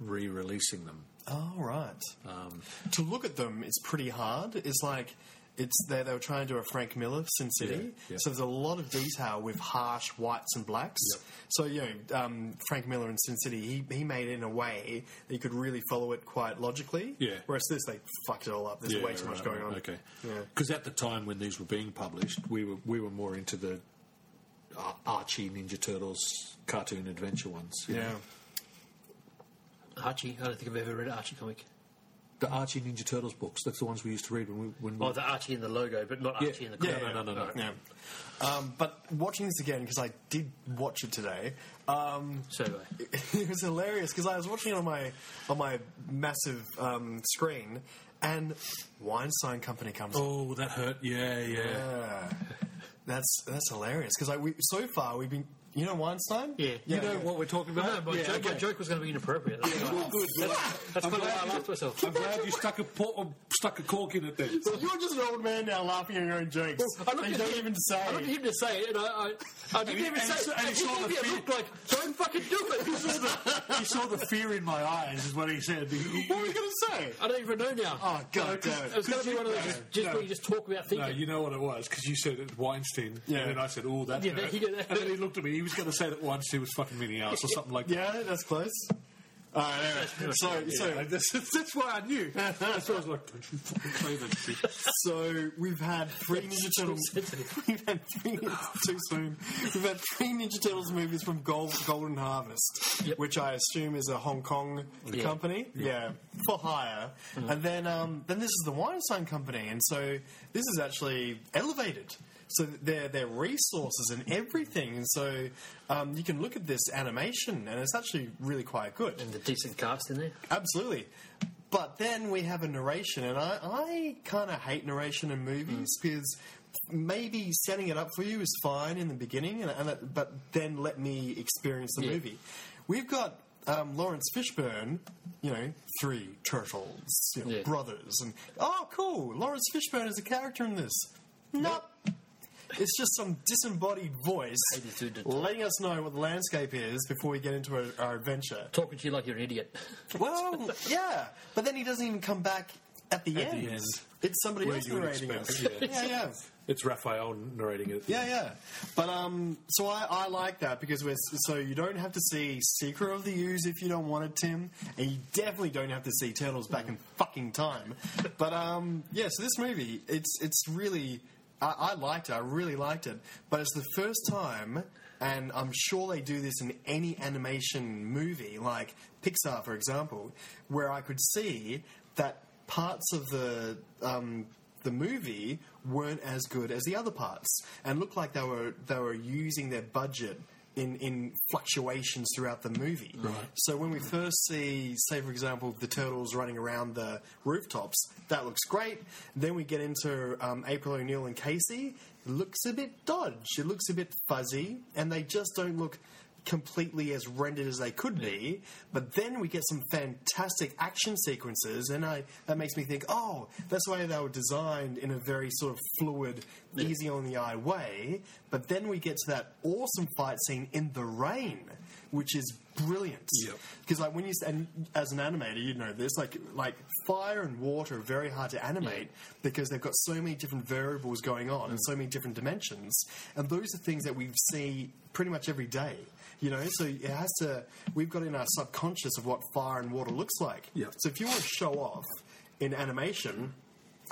re-releasing them.
Oh right.
Um,
to look at them, it's pretty hard. It's like it's they they were trying to do a Frank Miller Sin City,
Yeah, yeah.
so there's a lot of detail with harsh whites and blacks.
Yep.
So you know, um, Frank Miller in Sin City, he, he made it in a way that you could really follow it quite logically.
Yeah.
Whereas this, they fucked it all up. There's way too much
right,
going
right,
on.
Okay.
Yeah.
Because at the time when these were being published, we were we were more into the Ar- Archie Ninja Turtles cartoon adventure ones. you
Yeah.
know.
Archie. I don't think I've ever read an Archie comic.
The Archie Ninja Turtles books. That's the ones we used to read when we when we.
Oh, the Archie in the logo, but not
yeah,
Archie in the
yeah,
comic.
no, no, no, no.
Yeah. Um, but watching this again because I did watch it today. Um,
Survey.
it was hilarious because I was watching it on my on my massive um, screen, and Weinstein Company comes. on.
Oh, that hurt. Yeah, yeah.
Yeah. That's that's hilarious because like we so far we've been you know Weinstein
Yeah.
You know what we're talking
No,
about?
my,
yeah,
joke, my
okay.
joke was going to be inappropriate. That's why-
Well, good. well,
that's
I'm
kind of why
glad
I
you-
laughed to myself.
I'm glad you stuck a por- stuck a cork in it then.
So you're just an old man now laughing at your own jokes.
I looked
and you
at
don't
him-
even say.
I wanted him to say it, and I, I, I didn't
And-
even
and
say
so-
it.
and
And he
saw
gave
the
me a
fear.
look like, don't fucking do it.
you saw the fear in my eyes, is what he said. He-
What were you going to say?
I don't even know now.
Oh, God damn it.
It was going to be one of those
No,
just, just
no.
where you just talk without thinking.
No, you know what it was because you said it Weinstein,
Yeah.
and then I said, "Oh, that."
Yeah,
hurt."
he did that.
and then he looked at me. He was going to say that Weinstein was fucking mini ass or something like
Yeah, that's close. All right, anyway.
That's-
So,
that.
so
Yeah, that's, that's why I knew. That's why I was like, "Don't you fucking say that shit."
So we've had three Ninja Turtles.
sensitive.
We've had three too soon. We've had three Ninja Turtles movies from Gold, Golden Harvest,
Yep.
which I assume is a Hong Kong
Yeah. Mm-hmm.
company, yeah, for hire. And then um, then this is the Weinstein company, and so this is actually elevated. So their their resources and everything, and so um, you can look at this animation, and it's actually really quite good.
And the decent cast in there.
Absolutely. But then we have a narration, and I, I kind of hate narration in
Mm.
movies because maybe setting it up for you is fine in the beginning, and, and it, but then let me experience the
Yeah.
movie. We've got um, Lawrence Fishburne, you know, three turtles, you know,
Yeah.
brothers, and oh, cool, Lawrence Fishburne is a character in this. Nope. It's just some disembodied voice letting us know what the landscape is before we get into our, our adventure.
Talking to you like you're an idiot.
Well, yeah, but then he doesn't even come back at the,
At
end.
the end.
It's somebody
Where
else
you would
narrating us.
expect,
yeah, yeah,
It's Raphael narrating it.
yeah, yeah. But um, so I, I like that because we're so you don't have to see Secret of the Ooze if you don't want it, Tim, and you definitely don't have to see Turtles back in fucking time. But um, yeah, so this movie, it's it's really. I, I liked it. I really liked it, but it's the first time, and I'm sure they do this in any animation movie, like Pixar, for example, where I could see that parts of the um, the movie weren't as good as the other parts, and looked like they were they were using their budget in in fluctuations throughout the movie. Right. So when we first see, say for example, the turtles running around the rooftops, that looks great. Then we get into um, April O'Neil and Casey. It looks a bit dodge. It looks a bit fuzzy, and they just don't look completely as rendered as they could be. But then we get some fantastic action sequences, and I that makes me think, oh, that's why they were designed in a very sort of fluid, easy on the eye way. But then we get to that awesome fight scene in the rain, which is brilliant.
Yep.
Because like when you s- and as an animator, you know this like like fire and water are very hard to animate because they've got so many different variables going on and so many different dimensions, and those are things that we see pretty much every day. You know, so it has to. We've got in our subconscious of what fire and water looks like.
Yeah.
So if you want to show off in animation,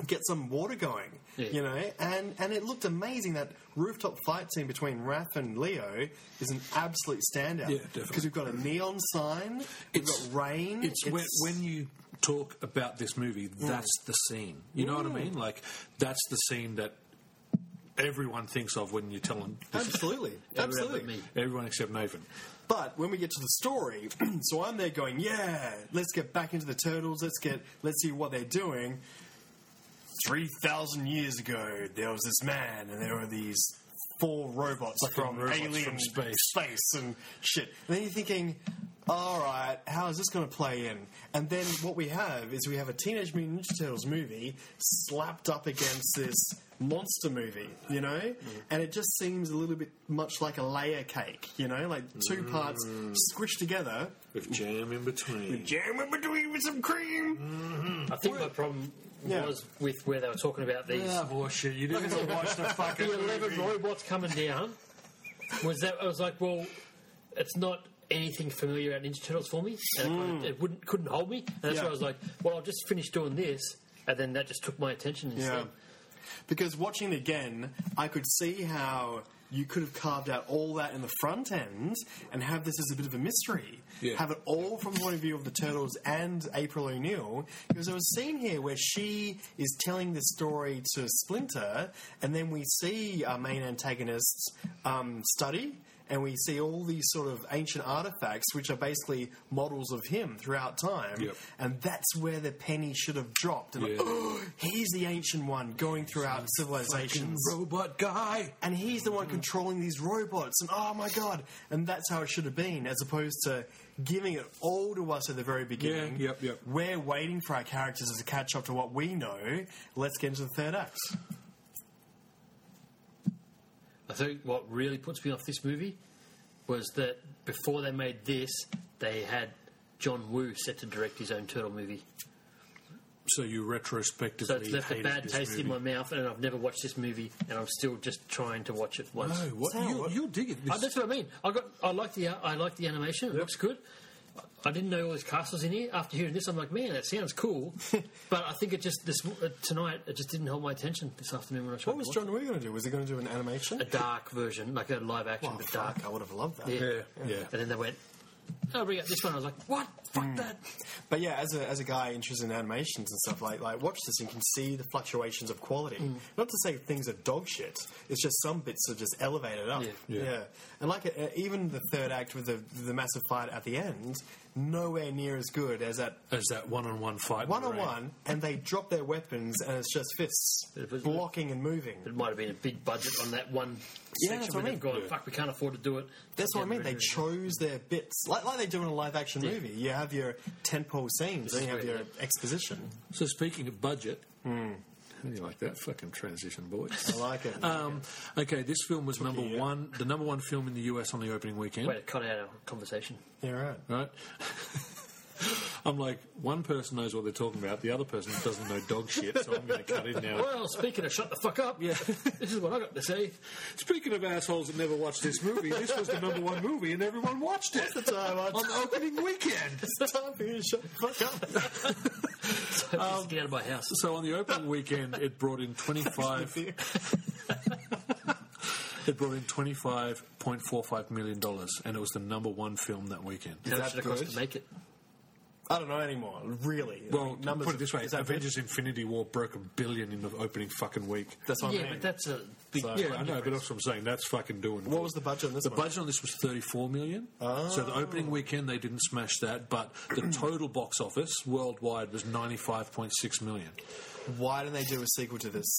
get some water going.
Yeah.
You know, and and it looked amazing. That rooftop fight scene between Raph and Leo is an absolute standout.
Yeah, definitely.
Because we've got a neon sign. We've
It's-
got rain.
It's, when, when you talk about this movie, that's the scene. You know what I mean? Like that's the scene that everyone thinks of when you're telling.
absolutely, absolutely.
Everyone but me.
Everyone except Nathan.
But when we get to the story, so I'm there going, yeah, let's get back into the turtles. Let's get, let's see what they're doing. 3,000 years ago, there was this man, and there were these four robots from
robots
alien
from space.
and shit. And then you're thinking, all right, how is this going to play in? And then what we have is we have a Teenage Mutant Ninja Turtles movie slapped up against this monster movie, you know?
Mm.
And it just seems a little bit much like a layer cake, you know? Like two parts
Mm.
squished together.
With jam in between.
Jam in between with some cream!
I think my problem
Yeah.
was with where they were talking about these
Ah, bullshit. You didn't even watch the fucking
the eleven robots coming down. Was that? I was like, well, it's not anything familiar about Ninja Turtles for me. And it, kind of- it wouldn't couldn't hold me. And that's
Hmm. Yeah.
why I was like, well, I'll just finish doing this, and then that just took my attention instead.
Because watching it again, I could see how you could have carved out all that in the front end and have this as a bit of a mystery.
Yeah.
Have it all from the point of view of the Turtles and April O'Neil. Because there was a scene here where she is telling the story to Splinter, and then we see our main antagonist's um, study. And we see all these sort of ancient artifacts, which are basically models of him throughout time.
Yep.
And that's where the penny should have dropped. And like,
Yeah.
"Oh, he's the ancient one going throughout civilizations.
robot guy.
and he's the one controlling these robots, and oh my god! And that's how it should have been, as opposed to giving it all to us at the very beginning.
yep, yep.
We're waiting for our characters to catch up to what we know. Let's get into the third act.
I think what really puts me off this movie was that before they made this, they had John Woo set to direct his own turtle movie.
So you retrospectively
So it's left a
hated
bad
this
taste in my
movie.
mouth, and I've never watched this movie, and I'm still just trying to watch it once.
No, Oh, what?
Sam,
You,
what-
you'll dig it.
Oh, that's what I mean. I got. I like the. I like the animation. It looks good. I didn't know all these castles in here. After hearing this, I'm like, man, that sounds cool. but I think it just this uh, tonight. It just didn't hold my attention this afternoon when I tried.
What was
to watch
John Woo going to do? Was he going to do an animation?
it. A dark version, like a live action,
Oh,
but dark.
fuck, I would have loved that.
yeah, yeah.
And then they went. Oh, bring out this one. I was like, what? Fuck
Hmm.
that.
But yeah, as a, as a guy interested in animations and stuff like like watch this and can see the fluctuations of quality. Not to say things are dog shit. It's just some bits are just elevated up.
Yeah.
Yeah.
And like uh, even the third act with the the massive fight at the end, nowhere near as good as that
As that one-on-one fight. in the
one on
rain.
one. And they drop their weapons and it's just fists
It was-
blocking and moving.
It might have been a big budget on that one.
Yeah,
section
that's what
where
I mean.
they've gone,
Yeah.
Fuck, we can't afford to do it.
That's what I
Yeah,
mean. They
very-
chose their bits, like, like they do in a live action
Yeah.
movie. You have your tentpole scenes, then
is
you have
where-
your exposition.
So speaking of budget, Hmm. how do you like that fucking transition, boys?
I like it.
Uh,
Um, okay, this film was number
yeah.
one, the number one film in the US on the opening weekend.
Way to cut out our conversation.
yeah, right.
Right? I'm like, one person knows what they're talking about, the other person doesn't know dog shit, so I'm going to cut in now.
Well, speaking of shut the fuck up,
Yeah.
this is what I got to say.
Speaking of assholes that never watched this movie, this was the number one movie, and everyone watched it
That's all I
on
want.
the opening weekend.
It's time for you to shut the fuck up.
So just get out of my house.
So on the opening weekend, it brought in 25. It brought in $25.45 million, and it was the number one film that weekend.
How
that
much did it cost
good?
to make it?
I don't know anymore, really. I
Well,
mean, numbers
put it this way:
is that
Avengers: Infinity War broke a billion in the opening fucking week.
good? That's what
yeah,
I mean.
but that's a big.
So-
yeah, I know, but that's what I'm saying. That's fucking doing.
What was the budget on this
The
one? Oh.
budget on this was 34 million. So the opening weekend they didn't smash that, but the total box office worldwide was 95.6 million.
Why didn't they do a sequel to this?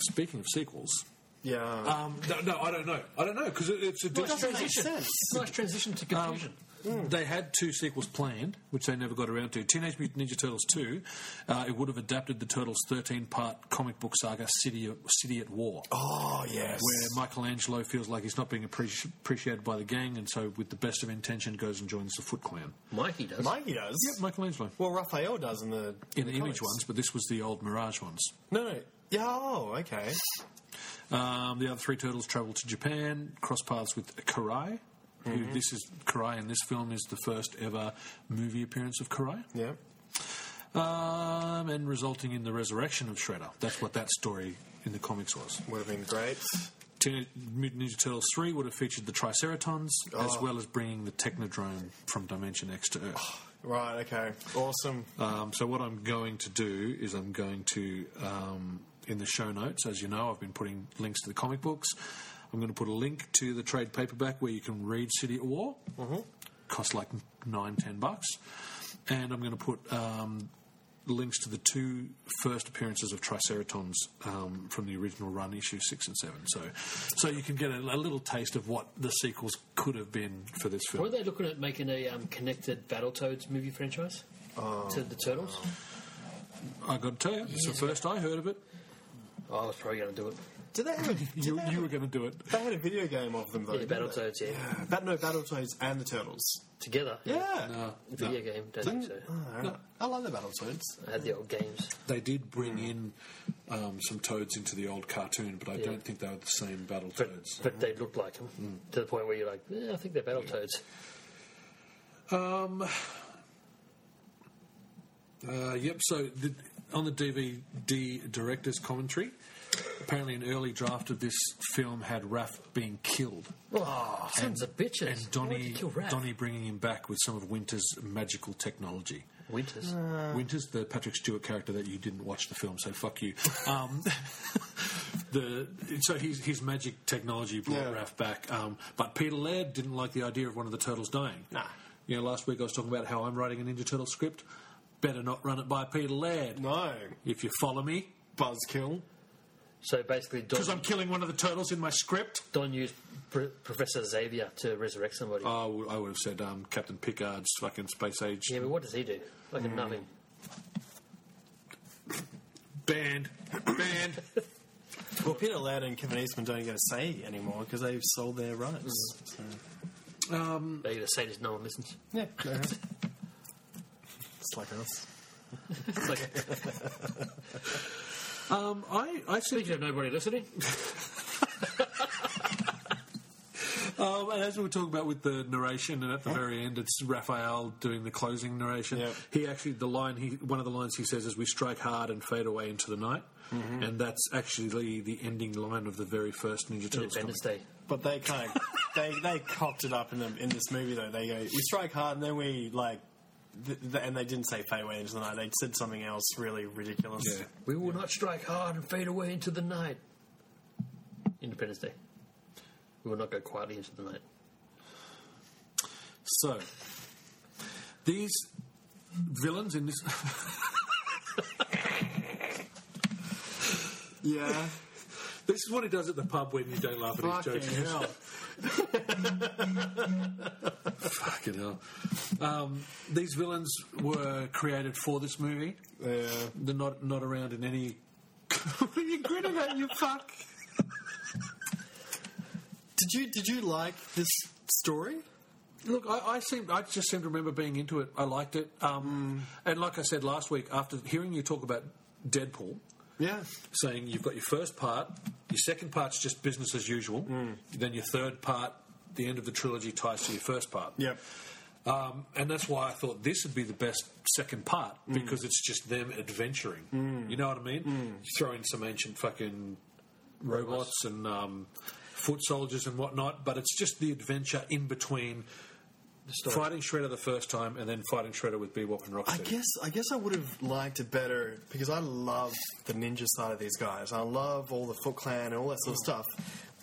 Speaking of sequels,
Yeah.
um, no, no, I don't know. I don't know because it, it's a
it doesn't make
transition.
sense.
nice transition to confusion.
They had two sequels planned, which they never got around to. Teenage Mutant Ninja Turtles 2, uh, it would have adapted the Turtles' 13 part comic book saga, City, City at War.
Oh, yes.
where Michelangelo feels like he's not being appreci- appreciated by the gang, and so with the best of intention goes and joins the Foot Clan.
Mikey does.
Mikey does.
Yep, Michelangelo.
Well, Raphael does in the.
In the
comics.
image ones, but this was the old Mirage ones.
No, no. Yeah, oh, okay.
Um, the other three turtles travel to Japan, cross paths with Karai. Who this is Karai, and this film is the first ever movie appearance of Karai,
Yeah.
um, and resulting in the resurrection of Shredder. That's what that story in the comics was.
Would have been great.
Teenage Mutant Ninja Turtles 3 would have featured the Triceratons, as well as bringing the Technodrome from Dimension X to Earth.
Right, okay. Awesome.
Um, so what I'm going to do is I'm going to um, in the show notes, as you know, I've been putting links to the comic books. I'm going to put a link to the trade paperback where you can read City at War. Costs like nine, ten bucks, and I'm going to put um, links to the two first appearances of Triceratons um, from the original run, issue six and seven. So, so you can get a, a little taste of what the sequels could have been for this film.
Were they looking at making a um, connected Battletoads movie franchise
Oh.
to the Turtles?
I got to tell you, it's the first I heard of it.
Oh, I was probably going to do it.
Did they have? did
You,
they have
you
a-
were going to do it.
They had a video game of them though.
Yeah,
didn't they?
Battletoads, yeah.
Yeah, Bat- no, Battletoads and the Turtles.
Together.
Yeah,
Video game, don't think so.
Alright. I love the Battletoads.
I had the old games.
They did bring in um, some toads into the old cartoon, but I don't think they were the same battle
But,
toads.
but they looked like them
Hmm.
to the point where you're like, eh, I think they're Battletoads.
Uh, yep. So the, on the DVD director's commentary, apparently an early draft of this film had Raph being killed
Oh, sons of
and
bitches. Why would you
Donnie
kill Raph?
Donnie bringing him back with some of Winter's magical technology.
Winters.
Uh.
Winters, the Patrick Stewart character that you didn't watch the film, so fuck you. Um, the so his his magic technology brought
Yeah.
Raph back, um, but Peter Laird didn't like the idea of one of the turtles dying.
Nah.
You know, last week I was talking about how I'm writing a Ninja Turtle script. Better not run it by Peter Laird.
No,
If you follow me,
Buzzkill.
so basically, Don,
because I'm killing one of the turtles in my script.
Don used pr- Professor Xavier to resurrect somebody.
I would- I would have said um, Captain Pickard's fucking space age
yeah, but what does he do? Like
Mm.
nothing.
band, band.
Well, Peter Laird and Kevin Eastman don't get a say anymore because they've sold their rights. So.
They're going to say this, no one listens.
Mm. Yeah, it's like us.
It's like,
Um, I I said
speaking of nobody listening,
Um, and as we were talking about with the narration, and at the very end, it's Raphael doing the closing narration.
Yep.
He actually, the line he, one of the lines he says is, "We strike hard and fade away into the night,"
Mm-hmm.
and that's actually the ending line of the very first Ninja Turtles.
Independence
comic.
Day.
But they kind of they they cocked it up in the, in this movie though. They go we strike hard and then we like. Th- th- and they didn't say fade away into the night. They said something else really ridiculous.
Yeah.
We will not strike hard and fade away into the night. Independence Day. We will not go quietly into the night.
So these villains in this.
Yeah.
This is what he does at the pub when you don't laugh at his
Fucking
jokes.
hell.
Fucking hell. Um, these villains were created for this movie.
Yeah.
They're not not around in any. what are you grinning at, you fuck?
Did you did you like this story?
Look, I, I seem I just seem to remember being into it. I liked it, um, and like I said last week, after hearing you talk about Deadpool,
Yeah.
saying you've got your first part, your second part's just business as usual, then your third part, the end of the trilogy ties to your first part.
Yep.
Um, and that's why I thought this would be the best second part because it's just them adventuring. You know what I mean? You throw in some ancient fucking Mm. robots and um, foot soldiers and whatnot, but it's just the adventure in between fighting Shredder the first time and then fighting Shredder with Bebop and
I
Rocksteady.
guess I guess I would have liked it better because I love the ninja side of these guys. I love all the Foot Clan and all that sort of stuff.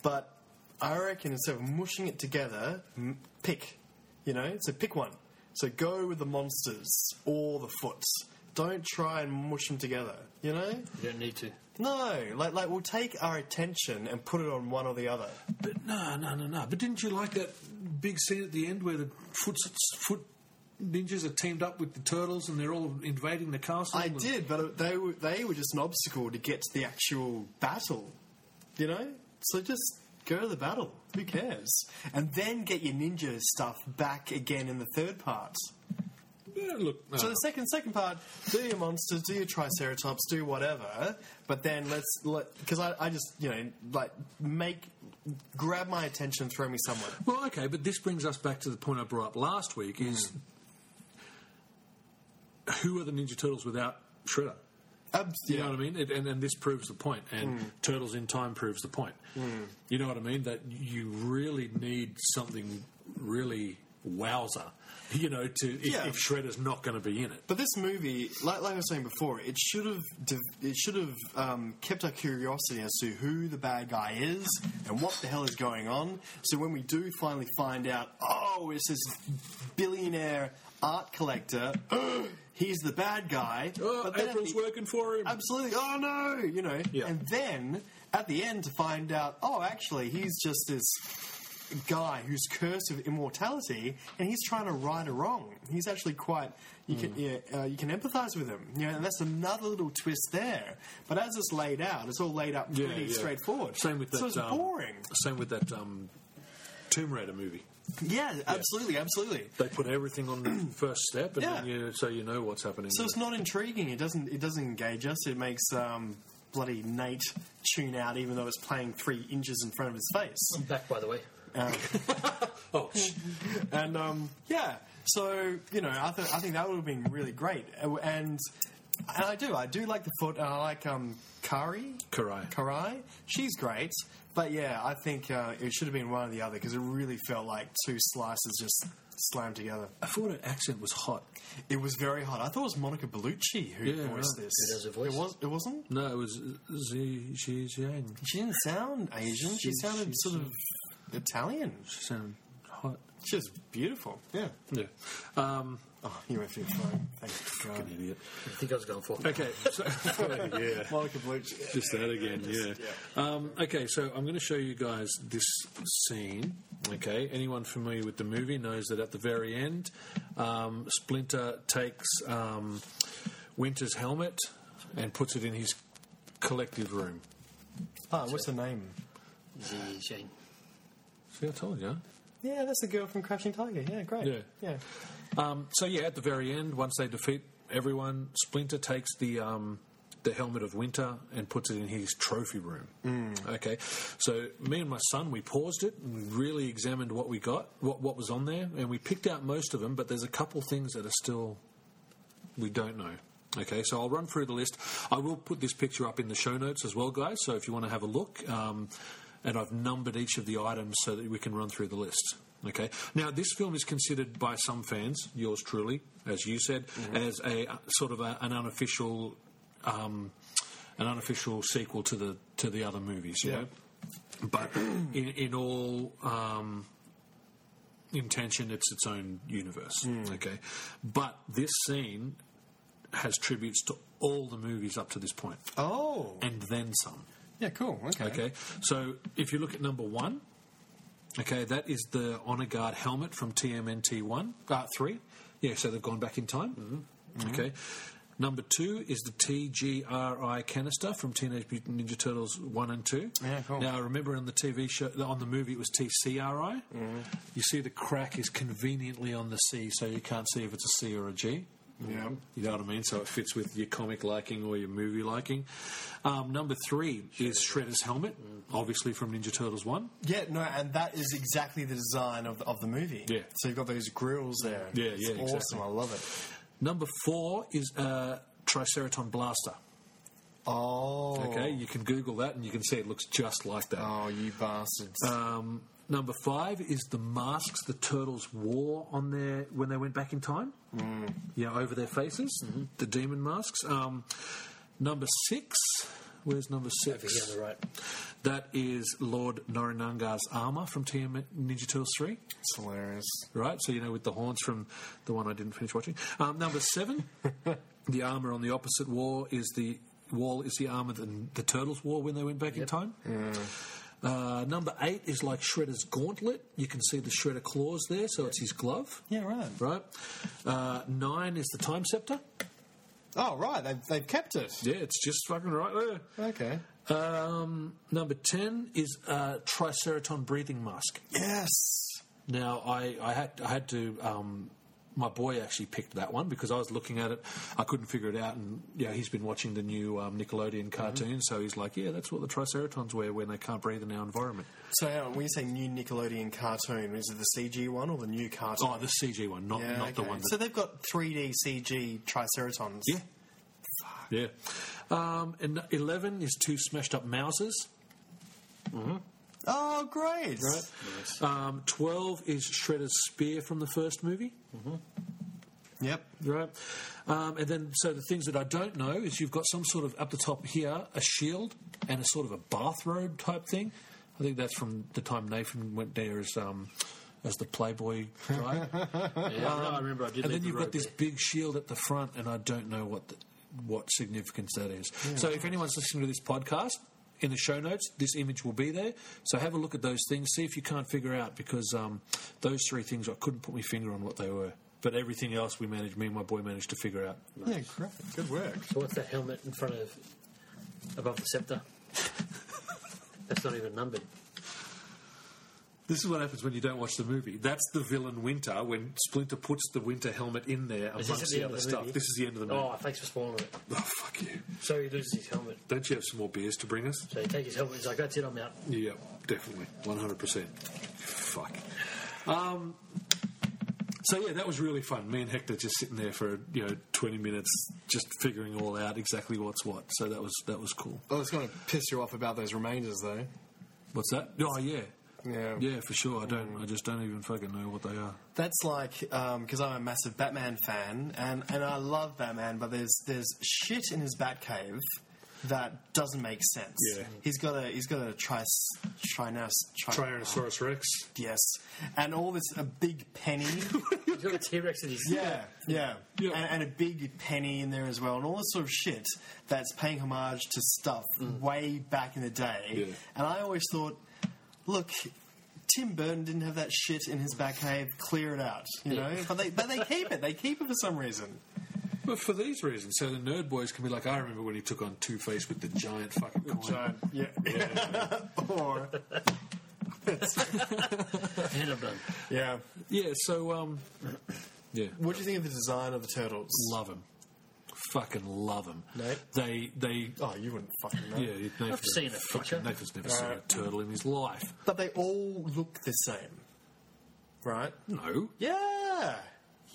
But I reckon instead of mushing it together, m- pick. You know, so pick one. So go with the monsters or the Foots. Don't try and mush them together. You know?
You don't need to.
No, like like we'll take our attention and put it on one or the other.
But no, no, no, no. But didn't you like that big scene at the end where the foot, foot ninjas are teamed up with the turtles and they're all invading the castle?
I
and-
did, but they were they were just an obstacle to get to the actual battle, you know. So just go to the battle. Who cares? And then get your ninja stuff back again in the third part.
Yeah, look. no.
So the second second part, do your monsters, do your triceratops, do whatever. But then let's let because I, I just you know like make grab my attention, throw me somewhere.
Well, okay, but this brings us back to the point I brought up last week: is
Mm.
who are the Ninja Turtles without Shredder?
Ab-
You know what I mean? It, and, and this proves the point, and
Mm.
Turtles in Time proves the point. You know what I mean? That you really need something really wowzer, you know, to if,
Yeah.
if Shredder's not going to be in it.
But this movie, like, like I was saying before, it should have div- it should have um, kept our curiosity as to who the bad guy is and what the hell is going on. So when we do finally find out, oh, oh, it's this billionaire art collector. He's the bad guy.
Oh,
then at
April's
the-
working for him.
Absolutely. Oh no, you know.
Yeah.
And then at the end to find out, oh, actually, he's just this guy who's cursed with immortality, and he's trying to right a wrong. He's actually quite you
Hmm.
can yeah, uh, you can empathize with him. You know, and that's another little twist there. But as it's laid out, it's all laid out pretty straightforward.
Same with that.
So it's
um,
boring.
Same with that um, Tomb Raider movie.
Yeah, absolutely, absolutely.
They put everything on the first step, and then
Yeah.
you, so you know what's happening.
So it's not intriguing. It doesn't. It doesn't engage us. It makes um, bloody Nate tune out, even though it's playing three inches in front of his face.
I'm back, by the way.
oh,
And um, yeah, so you know, I, th- I think that would have been really great. And and I do, I do like the foot. And I like um, Kari.
Karai.
Karai. She's great. But yeah, I think uh, it should have been one or the other because it really felt like two slices just slammed together.
I thought her accent was hot.
It was very hot. I thought it was Monica Bellucci who
Yeah,
voiced
right.
this.
It has a voice.
It was. It wasn't.
No, it was Z. Xi Jiang.
She didn't sound Asian. She,
She-
sounded
she-
sort of Italian.
She sounded hot.
She was beautiful. Yeah.
Yeah. Um,
Oh, you went through your phone. Thank God.
idiot.
I think I was going for.
Okay. So, yeah.
Monica Bellucci.
Just that again, yeah. Um, okay, so I'm going to show you guys this scene. Okay, anyone familiar with the movie knows that at the very end, um, Splinter takes um, Winter's helmet and puts it in his collective room.
Ah, what's her name?
Z Shane.
See, I told you.
Yeah, that's the girl from Crashing Tiger. Yeah, great.
Yeah.
yeah.
Um, so yeah, at the very end, once they defeat everyone, Splinter takes the um, the helmet of Winter and puts it in his trophy room. Okay, so me and my son we paused it and we really examined what we got, what what was on there, and we picked out most of them. But there's a couple things that are still we don't know. Okay, so I'll run through the list. I will put this picture up in the show notes as well, guys. So if you want to have a look, um, and I've numbered each of the items so that we can run through the list. Okay, now this film is considered by some fans, yours truly, as you said, as a uh, sort of a, an unofficial, um, an unofficial sequel to the to the other movies. You
Yeah.
know? but in, in all um, intention, it's its own universe. Okay, but this scene has tributes to all the movies up to this point,
Oh.
and then some.
Yeah, cool. Okay.
Okay, so if you look at number one, okay, that is the honor guard helmet from TMNT one, uh, three. Yeah, so they've gone back in time.
Mm-hmm.
Okay. Number two is the TGRI canister from Teenage Mutant Ninja Turtles one and two.
Yeah, cool.
Now, remember on the TV show, on the movie, it was TCRI.
Mm-hmm.
You see, the crack is conveniently on the C, so you can't see if it's a C or a G.
Yeah.
You know what I mean? So it fits with your comic liking or your movie liking. Um, number three is Shredder's helmet, obviously from Ninja Turtles 1.
Yeah, no, and that is exactly the design of, of the movie.
Yeah.
So you've got those grills there.
Yeah,
it's
yeah,
awesome.
exactly.
I love it.
Number four is uh, Triceraton Blaster.
Oh.
Okay, you can Google that and you can see it looks just like that.
Oh, you bastards.
Um, number five is the masks the turtles wore on their when they went back in time. Mm. Yeah, over their faces,
Mm-hmm.
the demon masks. Um, number six, where's number six?
Over here on the right.
That is Lord Norinanga's armor from TM Ninja Turtles three.
it's hilarious.
Right, so you know with the horns from the one I didn't finish watching. Um, number seven, the armor on the opposite wall is the wall is the armor that the turtles wore when they went back in time. Uh, number eight is like Shredder's gauntlet. You can see the Shredder claws there, so it's his glove.
Yeah, right.
Right. Uh, nine is the time scepter.
Oh, right. They've, they've kept it.
Yeah, it's just fucking right
Okay.
there. Um, number ten is uh, Triceraton breathing mask.
Yes.
Now I, I had I had to um, my boy actually picked that one because I was looking at it, I couldn't figure it out, and yeah, he's been watching the new um,
Mm-hmm.
Nickelodeon cartoon, so he's like, yeah, that's what the Triceratons wear when they can't breathe in our environment.
So hang on, when you say new Nickelodeon cartoon, is it the CG one or the new cartoon?
Oh, the CG one, not
yeah,
not the
okay.
one. That,
So they've got 3D CG Triceratons.
yeah, yeah. Um, and eleven is two smashed up mouses.
Oh, great.
Um, Twelve is Shredder's spear from the first movie.
Yep.
Right. Um, and then, so the things that I don't know is you've got some sort of, up the top here, a shield and a sort of a bathrobe type thing. I think that's from the time Nathan went there as um, as the Playboy guy.
Yeah, no, I remember I did.
and then
leave the
you've got
road
this
there.
big shield at the front, and I don't know what the, what significance that is. So if anyone's listening to this podcast. In the show notes, this image will be there. So have a look at those things. See if you can't figure out because um, those three things I couldn't put my finger on what they were. But everything else we managed, me and my boy managed to figure out.
Yeah, great. Good work.
So what's that helmet in front of above the scepter? That's not even numbered.
This is what happens when you don't watch the movie. That's the villain Winter when Splinter puts the Winter helmet in there
Is this at
amongst the
the end
other
of the
stuff.
movie?
This is the end of the movie.
Oh, thanks for spoiling it.
Oh, fuck you.
So he loses his helmet.
Don't you have some more beers to bring us?
So he takes his helmet. He's like, "That's it, I'm out."
Yeah, definitely. 100%. Fuck. Um, so, yeah, that was really fun. Me and Hector just sitting there for, you know, 20 minutes just figuring all out exactly what's what. So that was that was cool.
Well, it's going to piss you off about those remainders, though.
What's that? Oh, yeah.
Yeah.
Yeah, for sure. I don't. I just don't even fucking know what they are.
That's like because I'm a massive Batman fan, and, and I love Batman, but there's there's shit in his Batcave that doesn't make sense.
Yeah.
he's got a he's got a tri tri tri,
Tyrannosaurus Rex.
yes, and all this a big penny.
He's got a T Rex in his.
yeah, yeah,
Yeah.
And, and a big penny in there as well, and all this sort of shit that's paying homage to stuff way back in the day.
Yeah.
And I always thought, look. Tim Burton didn't have that shit in his Batcave. Clear it out, you
Yeah.
know. But they, but they keep it. They keep it for some reason.
But for these reasons, so the nerd boys can be like, I remember when he took on Two Face with the giant fucking coin.
yeah. or
And I'm done.
yeah.
Yeah. So, um, yeah,
What do you think of the design of the turtles?
love him, fucking love him.
No.
They, they,
Oh, you wouldn't fucking know.
yeah. Nathan,
I've seen a picture.
Fucking Nathan's never seen a turtle in his life.
But they all look the same, right?
No.
Yeah.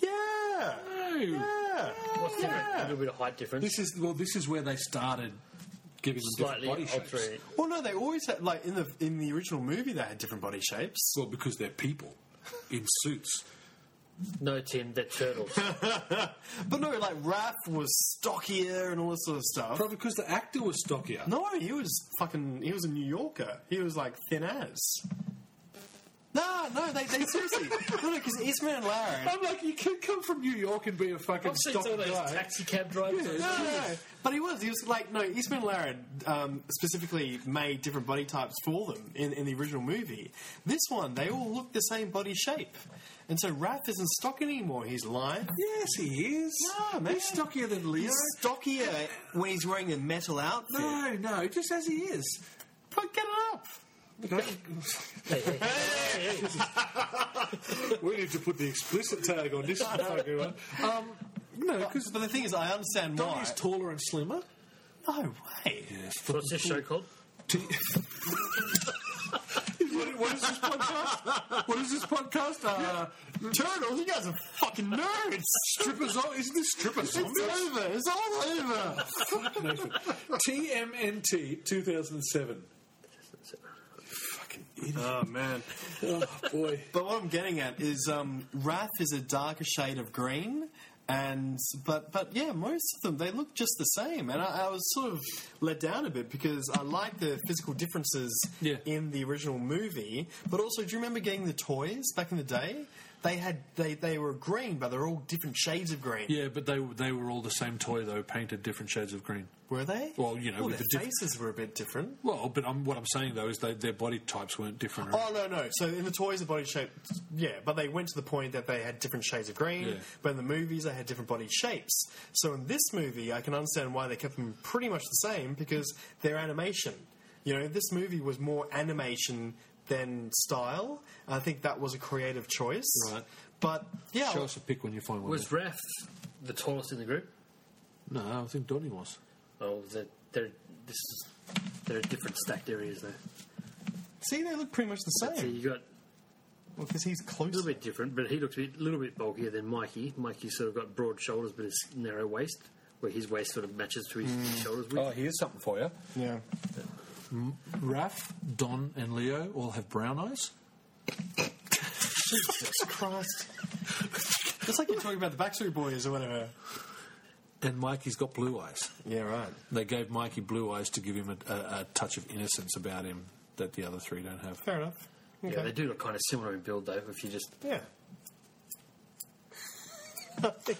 Yeah. Yeah.
What's different? A
Yeah.
little bit of height difference.
This is well. This is where they started giving them
slightly
different body shapes.
altering.
Well, no, they always had like in the in the original movie they had different body shapes.
Well, because they're people in suits.
No, Tim, they're turtles.
But no, like Raph was stockier and all this sort of stuff.
Probably because the actor was stockier.
No, he was fucking. He was a New Yorker. He was like thin as. No, no, they, they seriously. no, because Eastman and Larry.
I'm like, you can come from New York and be a fucking
I've seen some
stocky
of those
guy.
taxi cab drivers.
Yeah.
No, no, no. But he was. He was like, no, Eastman and Larry um, specifically made different body types for them in, in the original movie. This one, they all look the same body shape. And so Raph isn't stock anymore. He's lithe.
Yes, he is.
No, man.
He's stockier than Leo.
He's stockier when he's wearing a metal outfit.
No, no, just as he is.
But get it up.
Hey, hey, hey.
we need to put the explicit tag on this fucking one. Um, no, because
But the thing is, I understand why.
Donnie's taller and slimmer.
no way.
What's this show called?
What- what is this podcast? What is this podcast? Uh,
Turtles, you guys are fucking nerds.
stripper zo- Isn't this stripper zombies?
It's over. It's all over.
TMNT 2007. Fucking idiot.
Oh man.
Oh, boy.
But what I'm getting at is, um, Wrath is a darker shade of green, and but but yeah, most of them they look just the same, and I, I was sort of let down a bit because I like the physical differences
Yeah.
in the original movie. But also, do you remember getting the toys back in the day? They had they they were green, but they're all different shades of green.
Yeah, but they they were all the same toy though, painted different shades of green.
Were they?
Well, you know, with
their
the diff-
faces were a bit different.
Well, but I'm, what I'm saying though is they, their body types weren't different.
Oh no no! So in the toys, the body shape, yeah, but they went to the point that they had different shades of green.
Yeah.
But in the movies, they had different body shapes. So in this movie, I can understand why they kept them pretty much the same because they're animation. You know, this movie was more animation than style. I think that was a creative choice.
Right.
But yeah,
Show us a pic when you find one.
Was Raph the tallest in the group?
No, I think Donnie was.
Oh, they're, they're, this is, they're different stacked areas there.
see, they look pretty much the
So
same
you got
because he's
a little
closer.
bit different, but he looks a bit, little bit bulkier than Mikey. Mikey's sort of got broad shoulders, but it's narrow waist, where his waist sort of matches to his
Mm.
shoulders. Width.
Oh, here's something for you.
Yeah.
Raph, Don, and Leo all have brown eyes.
Jesus Christ. It's like you're talking about the Backstreet Boys or whatever.
And Mikey's got blue eyes.
Yeah, right.
They gave Mikey blue eyes to give him a, a, a touch of innocence about him that the other three don't have.
Fair enough.
Yeah, they do look kind of similar in build, though. If you just
Yeah.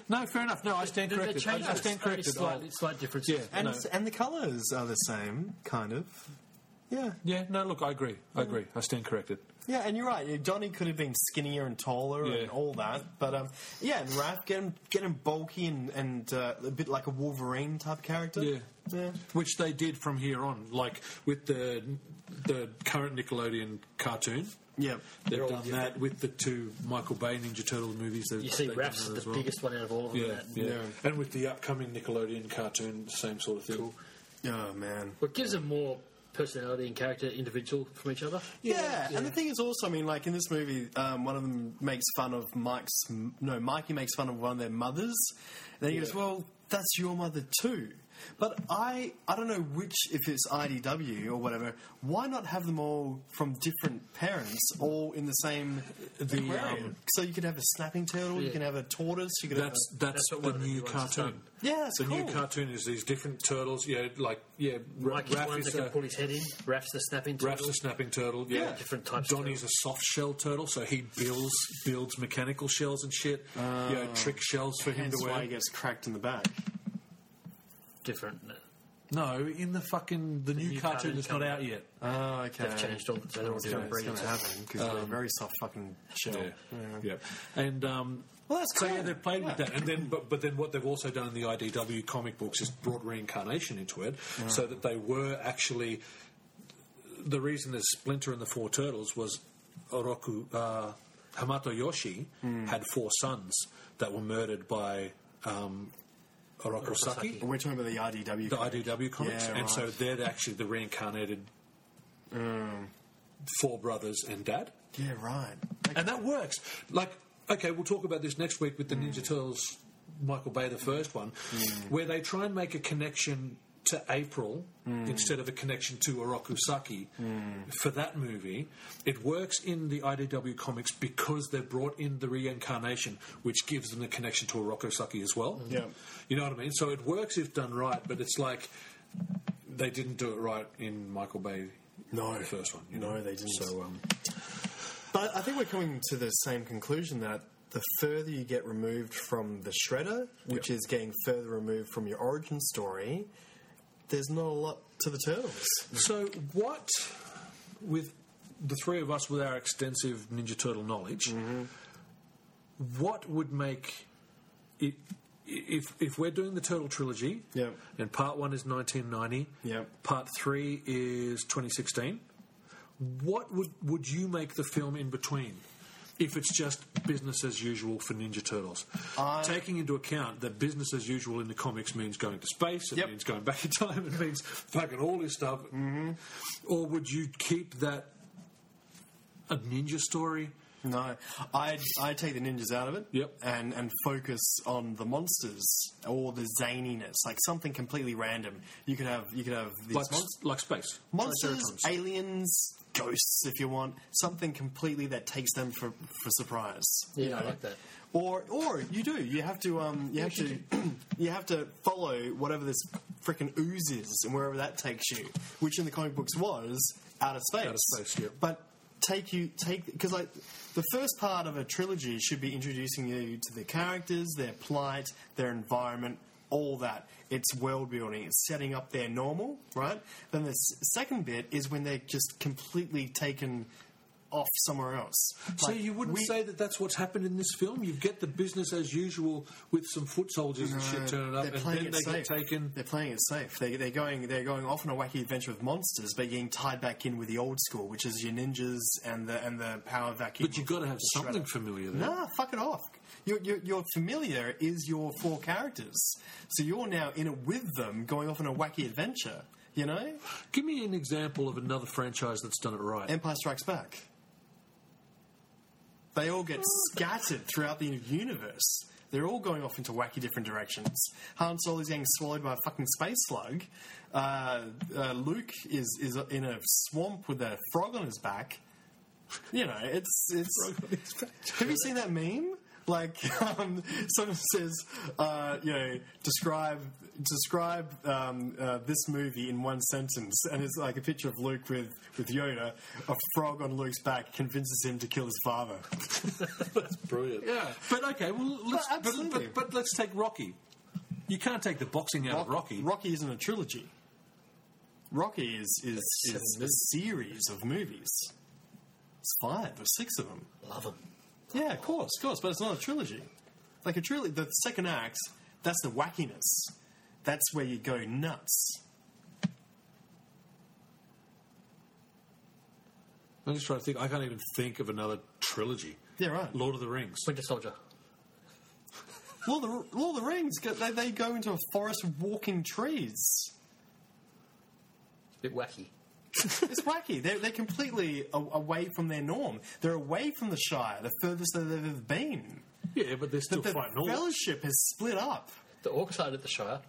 No, fair enough. No, I stand
they, they
corrected.
change
I, I stand
only
corrected. Oh.
slight,
I'll-
slight difference.
Yeah.
And,
no.
it's- and the colours are the same, kind of. Yeah.
Yeah, no, look, I agree. I agree. I stand corrected.
Yeah, and you're right. Donnie could have been skinnier and taller
Yeah.
and all that, but um, yeah, and Raph get him get him bulky and and uh, a bit like a Wolverine type character.
Yeah.
yeah.
Which they did from here on, like with the the current Nickelodeon cartoon.
Yeah.
They've
They're all
done
different.
that with the two Michael Bay Ninja Turtle movies. They've,
You see,
they've done
Raph's
that
the
as well.
biggest one out of all of them.
Yeah,
that.
yeah, And with the upcoming Nickelodeon cartoon, same sort of thing.
Oh man.
Well, it gives them more personality and character, individual from each other.
Yeah. and the thing is also, I mean, like in this movie, um, one of them makes fun of Mike's. No, Mikey makes fun of one of their mothers. And then he goes, "Well, that's your mother too." But I, I don't know which, if it's IDW or whatever. Why not have them all from different parents, all in the same
The,
aquarium?
um,
so you could have a snapping turtle, you
Yeah.
can have a tortoise, you could
That's
have.
that's,
That's what one
the
of the
new
new ones has
cartoon.
done.
A, yeah, it's
The
cool.
new cartoon is these different turtles. Yeah, like yeah, Ra-
Mikey's
Raph
one
is
that can
a,
pull his head in. Raph's the snapping
Raph's
turtle.
a snapping turtle. Yeah,
Yeah, different types of
Donnie's a soft shell turtle, so he builds builds mechanical shells and shit. you know, trick shells for him
Ah. Hence
to wear.
why he gets cracked in the back.
different.
No, in the fucking the, new,
new
cartoon
cartoon
that's not
coming
out yet.
Oh, okay.
They've changed all the turtles.
Yeah, it's going to happen because they're a very soft fucking shell.
Yeah. yeah, and um,
Well, that's
so
cool.
yeah, they've played with
Yeah.
that, and then but, but then what they've also done in the IDW comic books is brought reincarnation into it, so that they were actually the reason that Splinter and the Four Turtles was Oroku uh, Hamato Yoshi
Hmm.
had four sons that were murdered by um, Oroku Saki.
We're talking about the IDW.
the
comic.
IDW comics,
Yeah,
and so
right. Mm.
they're actually the reincarnated four brothers and dad,
Yeah, right.
and that works. Like, okay, we'll talk about this next week with the
Mm.
Ninja Turtles, Michael Bay, the first one, where they try and make a connection to April
Mm.
instead of a connection to Oroku Saki for that movie. It works in the IDW comics because they've brought in the reincarnation, which gives them the connection to Oroku Saki as well.
Mm. Yeah.
You know what I mean? So it works if done right, but it's like they didn't do it right in Michael Bay.
No.
the first one. You
No,
know?
they didn't.
So, um,
But I think we're coming to the same conclusion that the further you get removed from the shredder, which is getting further removed from your origin story, there's not a lot to the turtles.
so what with the three of us with our extensive Ninja Turtle knowledge, what would make it? If if we're doing the Turtle trilogy,
Yep.
and part one is 1990,
Yep.
part three is 2016. What would would you make the film in between? If it's just business as usual for Ninja Turtles,
Uh,
taking into account that business as usual in the comics means going to space, it
Yep.
means going back in time, it means fucking all this stuff,
Mm-hmm.
or would you keep that a ninja story?
No, I I take the ninjas out of it.
Yep.
and and focus on the monsters or the zaniness, like something completely random. You could have you could have these
Like,
monsters.
like space.
monsters,
Triceratops.
aliens, ghosts, if you want something completely that takes them for for surprise.
Yeah, I like that.
Or or you do you have to um you have to you have to follow whatever this freaking ooze is and wherever that takes you, which in the comic books was outer space.
Outer space, yeah.
But take you take because like the first part of a trilogy should be introducing you to the characters, their plight, their environment, all that. It's world building. It's setting up their normal, right? Then the s- second bit is when they're just completely taken off somewhere else.
So
Like,
you wouldn't
we-
say that that's what's happened in this film. You get the business as usual with some foot soldiers and shit turning up,
They're
and
playing
then
it
they
safe.
get taken.
They're playing it safe. They, they're going. They're going off on a wacky adventure with monsters, but getting tied back in with the old school, which is your ninjas and the and the power vacuum.
But you've got to have something familiar there.
Nah, fuck it off. Your, your, your familiar is your four characters, so you're now in it with them, going off on a wacky adventure. You know,
Give me an example of another franchise that's done it right.
Empire Strikes Back. They all get scattered throughout the universe. They're all going off into wacky different directions. Han Solo's getting swallowed by a fucking space slug. Uh, uh, Luke is is in a swamp with a frog on his back. You know, it's it's. Have you seen that meme Like um, someone says, uh, you know, describe describe um, uh, this movie in one sentence, and it's like a picture of Luke with with Yoda, a frog on Luke's back convinces him to kill his father.
Brilliant. Yeah. But okay, well, let's, but, but,
absolutely.
but, let's take Rocky. You can't take the boxing out of Rocky.
Rocky isn't a trilogy. Rocky is is,
That's
is
seven
a series of movies. It's five or six of them.
Love them.
Yeah, of course, of course, but it's not a trilogy. Like a trilogy, the second act, that's the wackiness. That's where you go nuts.
I'm just trying to think. I can't even think of another trilogy.
Yeah, right. Lord,
Lord of the Rings.
Winter Soldier.
Lord, of, the, Lord of the Rings, go- they, they go into a forest of walking trees.
bit wacky.
It's wacky. They're, they're completely a, away from their norm. They're away from the Shire, the furthest that they've ever been.
Yeah, but they're still
The
fighting all.
Fellowship has split up.
The orcs are at the Shire.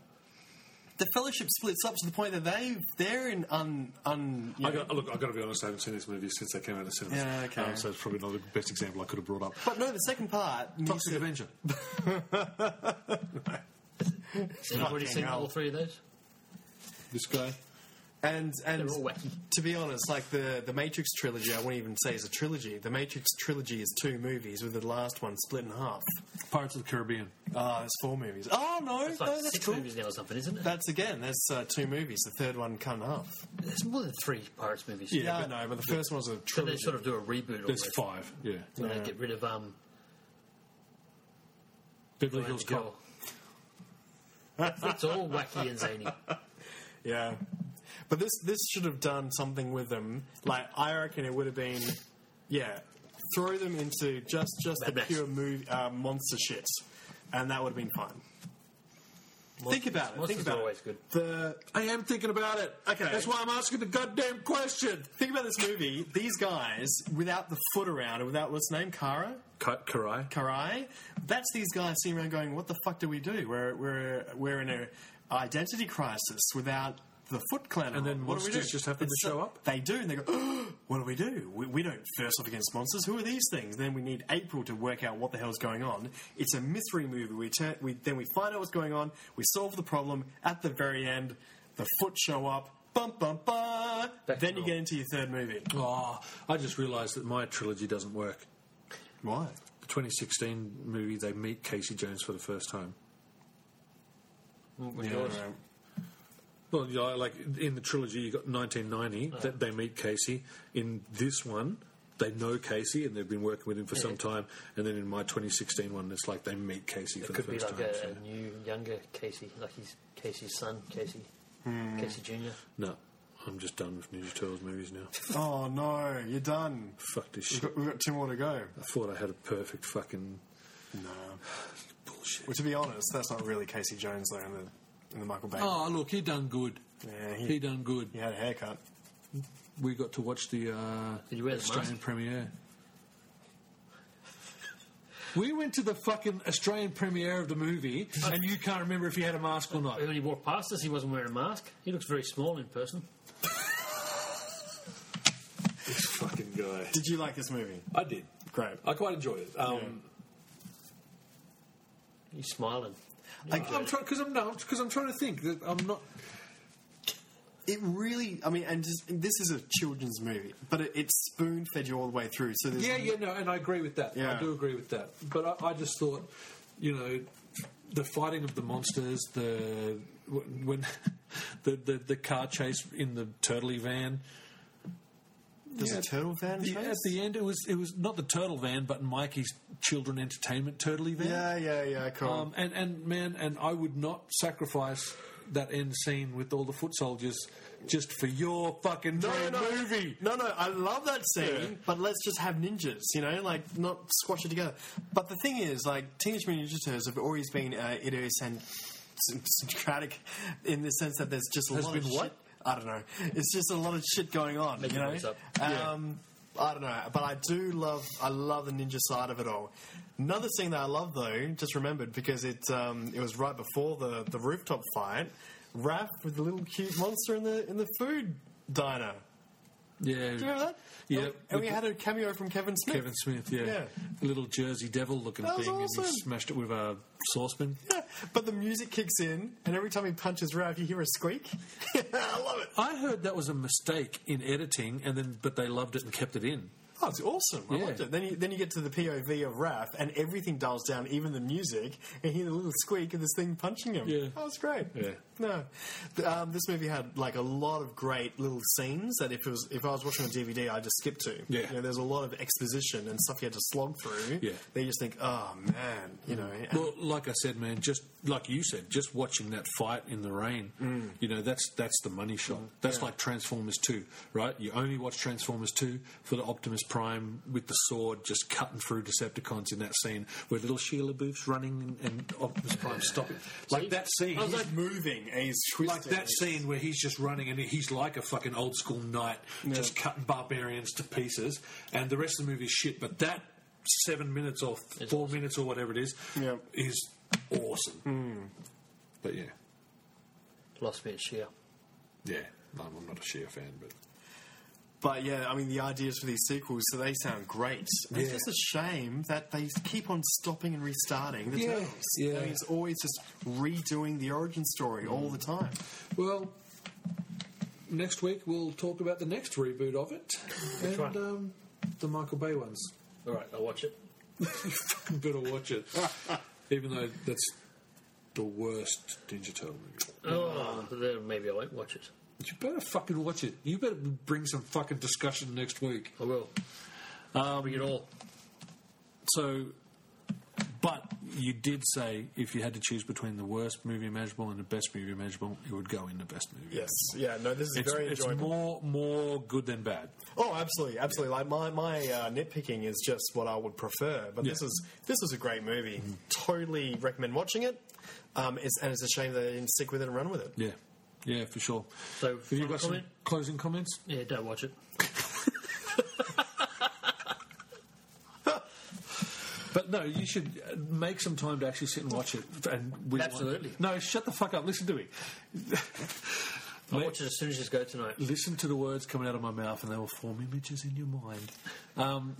The Fellowship splits up to the point that they they're in un un. you
I
know-
got, look, I've got to be honest, I haven't seen this movie since they came out of cinemas.
Yeah, okay.
Um, so it's probably not the best example I could have brought up.
but no, the second part. needs
Toxic
to-
Avenger.
Has anybody
Fucking
seen
hell.
all three of those?
This guy.
And and
They're all wacky.
to be honest, like the the Matrix trilogy, I wouldn't even say is a trilogy. The Matrix trilogy is two movies, with the last one split in half.
Pirates of the Caribbean.
Ah, there's four movies. Oh no,
It's like
no, that's
six
cool.
movies now or something, isn't it?
That's again, that's uh, two movies. The third one cut in half.
There's more than three Pirates movies.
Yeah, I know, but the first one's a
Then they
trilogy.
sort of do a reboot.
There's
almost,
five. Yeah.
When they get rid of um,
Beverly
Randy
Hills Cop.
Girl. it's all wacky and zany.
Yeah. But this this should have done something with them. Like I reckon it would have been, yeah, throw them into just just the
Mad Max.
pure move, uh, monster shit, and that would have been fine. think about it. Think
monsters
about
are always
it.
good.
The
I am thinking about it.
Okay.
That's why I'm asking the goddamn question.
think about this movie. These guys without the foot around and without what's his name Kara
Cut Karai.
Karai. That's these guys sitting around going, "What the fuck do we do? We're we're we're in a identity crisis without." The Foot Clan,
And then
on. what do we do?
monsters just happen to
It's-
show up?
They do, and they go, "Oh, "What do we do? We, we don't first off against monsters. Who are these things?" Then we need April to work out what the hell's going on. It's a mystery movie. We, turn, we then we find out what's going on. We solve the problem at the very end. The Foot show up. Bum bum bum.
Back
Then
to
you
normal.
get into your third movie.
Oh, I just realised that my trilogy doesn't work.
Why?
The 2016 movie, they meet Casey Jones for the first time.
Yeah, right.
Well, you know, like in the trilogy, you got 1990 that they meet Casey. In this one, they know Casey and they've been working with him for some time. And then in my 2016 one, it's like they meet Casey for
It
the
could be
first
like
time.
a,
so-
a new, younger Casey, like he's Casey's son, Casey,
Hmm.
Casey Junior.
No, I'm just done with Ninja Turtles movies now.
Oh no, you're done.
Fuck this
We've
shit.
got, we've got two more to go.
I thought I had a perfect fucking
No.
bullshit.
Well, to be honest, that's not really Casey Jones though in the in the Michael Bay.
Oh, look, he done good.
Yeah,
he,
he-
done good.
He had a haircut.
We got to watch the uh,
Did you wear the
Australian
mask?
premiere. We went to the fucking Australian premiere of the movie, and you can't remember if he had a mask or not.
When he walked past us, he wasn't wearing a mask. He looks very small in person.
This fucking guy.
Did you like this movie?
I did.
Great.
I quite enjoyed it. Um,
He's smiling.
Like,
I'm trying because I'm not because I'm trying to think that I'm not.
it really, I mean, and just, this is a children's movie, but it, it spoon fed you all the way through. So there's
Yeah, yeah, no, and I agree with that. I
Yeah.
do agree with that. But I, I just thought, you know, the fighting of the monsters, the when when- the the, the car chase in the turtley van.
there's
Yeah.
a turtle van.
The- at
chase?
the end, it was it was not the turtle van, but Mikey's children entertainment turtley van.
yeah, yeah, yeah. Cool.
Um, and and man, and I would not sacrifice that end scene with all the foot soldiers just for your fucking dream movie.
No, no, I love that scene, but let's just have ninjas, you know, like not squash it together. But the thing is, like, Teenage Mutant Ninja Turtles have always been uh, idiosyncratic in the sense that there's just a
Has
lot
been
of
what?
shit. I don't know. It's just a lot of shit going on,
Making
you know.
things up.
Um, I don't know, but I do love I love the ninja side of it all. Another thing that I love though, just remembered because it um, it was right before the, the rooftop fight, Raph with the little cute monster in the in the food diner.
Yeah.
Do you remember that? Oh,
Yeah.
And we had a cameo from Kevin Smith.
Kevin Smith, yeah.
Yeah.
A little Jersey devil looking
That was
thing, and
awesome.
he smashed it with a saucepan.
Yeah, but the music kicks in, and every time he punches Rav, you hear a squeak. I love it.
I heard that was a mistake in editing, and then but they loved it and kept it in.
Oh, it's awesome. I
Yeah.
loved it. Then you, then you get to the POV of Raph, and everything dials down, even the music, and you hear the little squeak of this thing punching him.
Yeah.
Oh, it's great.
Yeah.
No. Th- Um, this movie had, like, a lot of great little scenes that if it was if I was watching a DVD, I'd just skip to.
Yeah.
You know, there's a lot of exposition and stuff you had to slog through.
Yeah.
That you just think, oh, man, you know. and-
Well, like I said, man, just like you said, just watching that fight in the rain, you know, that's that's the money shot. That's like Transformers Two, right? You only watch Transformers Two for the Optimus Prime with the sword just cutting through Decepticons in that scene where little Sheila Booth's running and, and Optimus Prime stopping. Like that scene,
he's moving, and he's twisting.
like that scene where he's just running and he's like a fucking old school knight, just cutting barbarians to pieces, and the rest of the movie is shit. But that seven minutes or f- four minutes or whatever it is
Yeah.
is awesome. But yeah,
Lost me at sheer.
yeah, no, I'm not a Sheer fan, but
But yeah, I mean, the ideas for these sequels, so they sound great. And It's
Yeah.
just a shame that they keep on stopping and restarting the
Yeah,
turtles.
yeah.
I mean, it's always just redoing the origin story all the time.
well. Next week we'll talk about the next reboot of it, and
one?
Um, the Michael Bay ones.
All right, I'll watch it.
you better watch it, even though that's the worst Ninja Turtle movie.
Oh, then maybe I won't watch it.
You better fucking watch it. You better bring some fucking discussion next week.
I will.
Um,
Bring it all.
So, but you did say if you had to choose between the worst movie imaginable and the best movie imaginable, it would go in the best movie.
Yes, yeah, no, this is
It's,
very
it's
enjoyable.
more more good than bad.
oh, absolutely, absolutely. Like my my uh, nitpicking is just what I would prefer. But this
Yeah. Mm-hmm.
is this was a great movie. Totally recommend watching it. Um, it's, and it's a shame that they didn't stick with it and run with it.
Yeah, yeah, for sure.
So,
have you
final
got some
comment?
closing comments?
Yeah, don't watch it.
But no, you should uh, make some time to actually sit and watch it. And we want-
Absolutely.
no, shut the fuck up. Listen to me.
I'll
Mate,
watch it as soon as you go tonight.
listen to the words coming out of my mouth and they will form images in your mind. Um,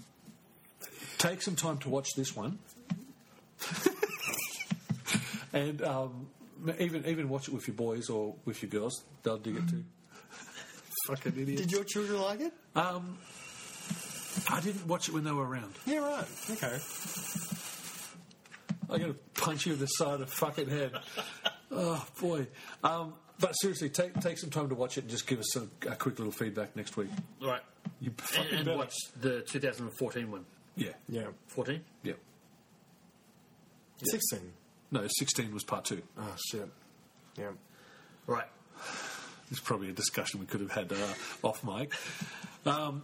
take some time to watch this one. and um, even even watch it with your boys or with your girls. They'll dig it too. Fucking idiot.
Did your children like it?
Um, I didn't watch it when they were around.
Yeah, right. Okay.
I'm going to punch you in the side of the fucking head. oh, boy. Um, but seriously, take, take some time to watch it and just give us a, a quick little feedback next week.
All right.
You
And,
fucking
and
better.
watch the 2014 one.
Yeah.
Yeah.
14?
Yeah.
Sixteen.
No, 16 was part two.
Oh shit. Yeah.
Right.
It's probably a discussion we could have had uh, off mic. Um,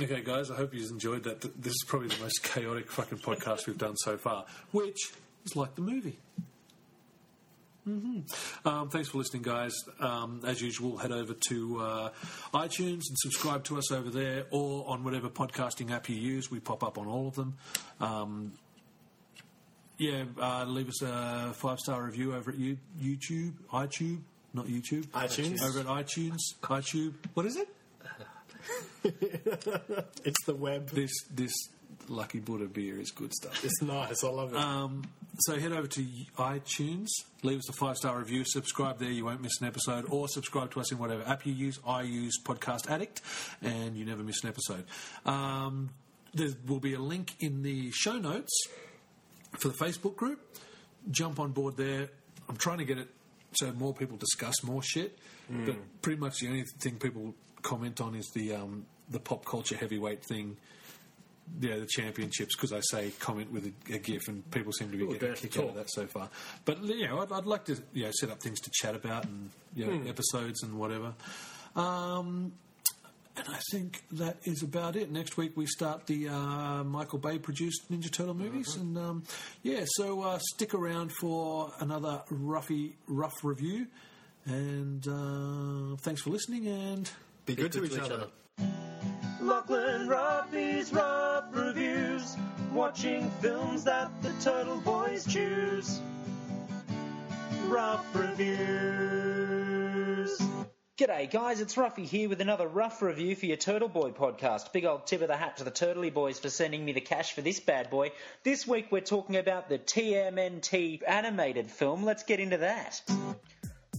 okay, guys, I hope you enjoyed that. Th- This is probably the most chaotic fucking podcast we've done so far, which is like the movie. Um, thanks for listening, guys. Um, as usual, head over to uh, iTunes and subscribe to us over there or on whatever podcasting app you use. We pop up on all of them. Um, yeah, uh, leave us a five star review over at you, YouTube, iTube, not YouTube,
iTunes.
over at iTunes, iTube. What is it?
It's the web.
This this Lucky Buddha beer is good stuff.
It's nice. I love it.
Um, so head over to iTunes, leave us a five star review, subscribe there, you won't miss an episode, or subscribe to us in whatever app you use. I use Podcast Addict, and you never miss an episode. Um, there will be a link in the show notes for the Facebook group. Jump on board there. I'm trying to get it so more people discuss more shit. But pretty much the only thing people comment on is the um, the pop culture heavyweight thing. Yeah, the championships because I say comment with a, a gif and people seem to be
Ooh,
getting a
dirty
kick out of
talk.
that so far. But you know, I'd, I'd like to you know, set up things to chat about and you know, episodes and whatever. Um, and I think that is about it. Next week we start the uh, Michael Bay produced Ninja Turtle movies, and um, yeah, so uh, stick around for another roughy rough review. And uh, thanks for listening. And
Be good, to each, other.
Lachlan Robbie's Rob Reviews, watching films that the Turtle Boys choose. Rob Reviews. G'day, guys. It's Ruffy here with another rough review for your Turtle Boy podcast. Big old tip of the hat to the Turtley Boys for sending me the cash for this bad boy. This week we're talking about the TMNT animated film. Let's get into that.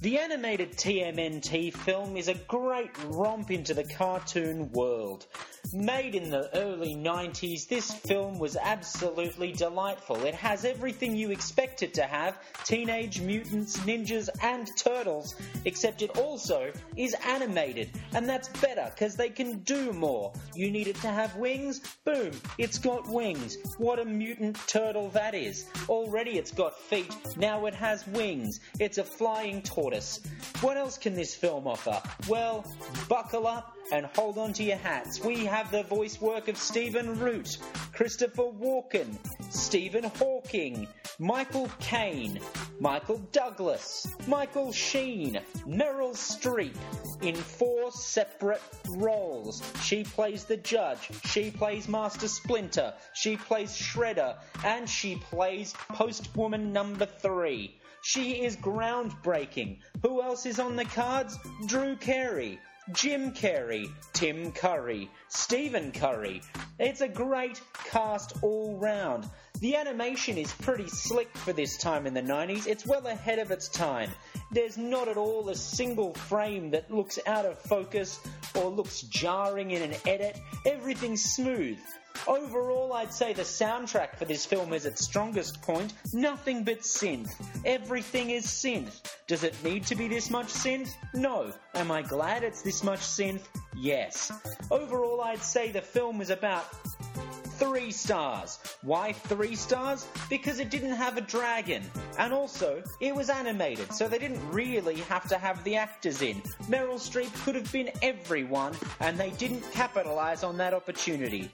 The animated TMNT film is a great romp into the cartoon world. Made in the early 90s, this film was absolutely delightful. It has everything you expect it to have teenage mutants, ninjas, and turtles, except it also is animated, and that's better because they can do more. You need it to have wings, boom, it's got wings. What a mutant turtle that is. Already it's got feet, now it has wings. It's a flying tortoise. What else can this film offer? Well, buckle up and hold on to your hats. We have the voice work of Stephen Root, Christopher Walken, Stephen Hawking, Michael Caine, Michael Douglas, Michael Sheen, Meryl Streep in four separate roles. She plays the judge, she plays Master Splinter, she plays Shredder, and she plays Postwoman number three. She is groundbreaking. Who else is on the cards? Drew Carey, Jim Carey, Tim Curry, Stephen Curry. It's a great cast all round. The animation is pretty slick for this time in the 90s. It's well ahead of its time. There's not at all a single frame that looks out of focus or looks jarring in an edit. Everything's smooth. Overall, I'd say the soundtrack for this film is its strongest point. Nothing but synth. Everything is synth. Does it need to be this much synth? No. Am I glad it's this much synth? Yes. Overall, I'd say the film is about three stars. Why three stars? Because it didn't have a dragon. And also, it was animated, so they didn't really have to have the actors in. Meryl Streep could have been everyone, and they didn't capitalize on that opportunity.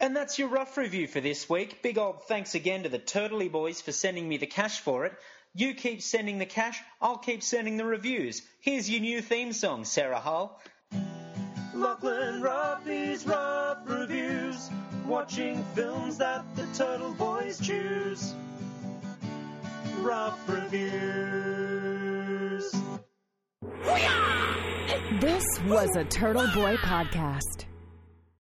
And that's your rough review for this week. Big old thanks again to the Turtley Boys for sending me the cash for it. You keep sending the cash, I'll keep sending the reviews. Here's your new theme song, Sarah Hull. Lachlan Robbie's Rob Reviews, watching films that the Turtle Boys choose. Rough Reviews.
This was a Turtle Boy podcast.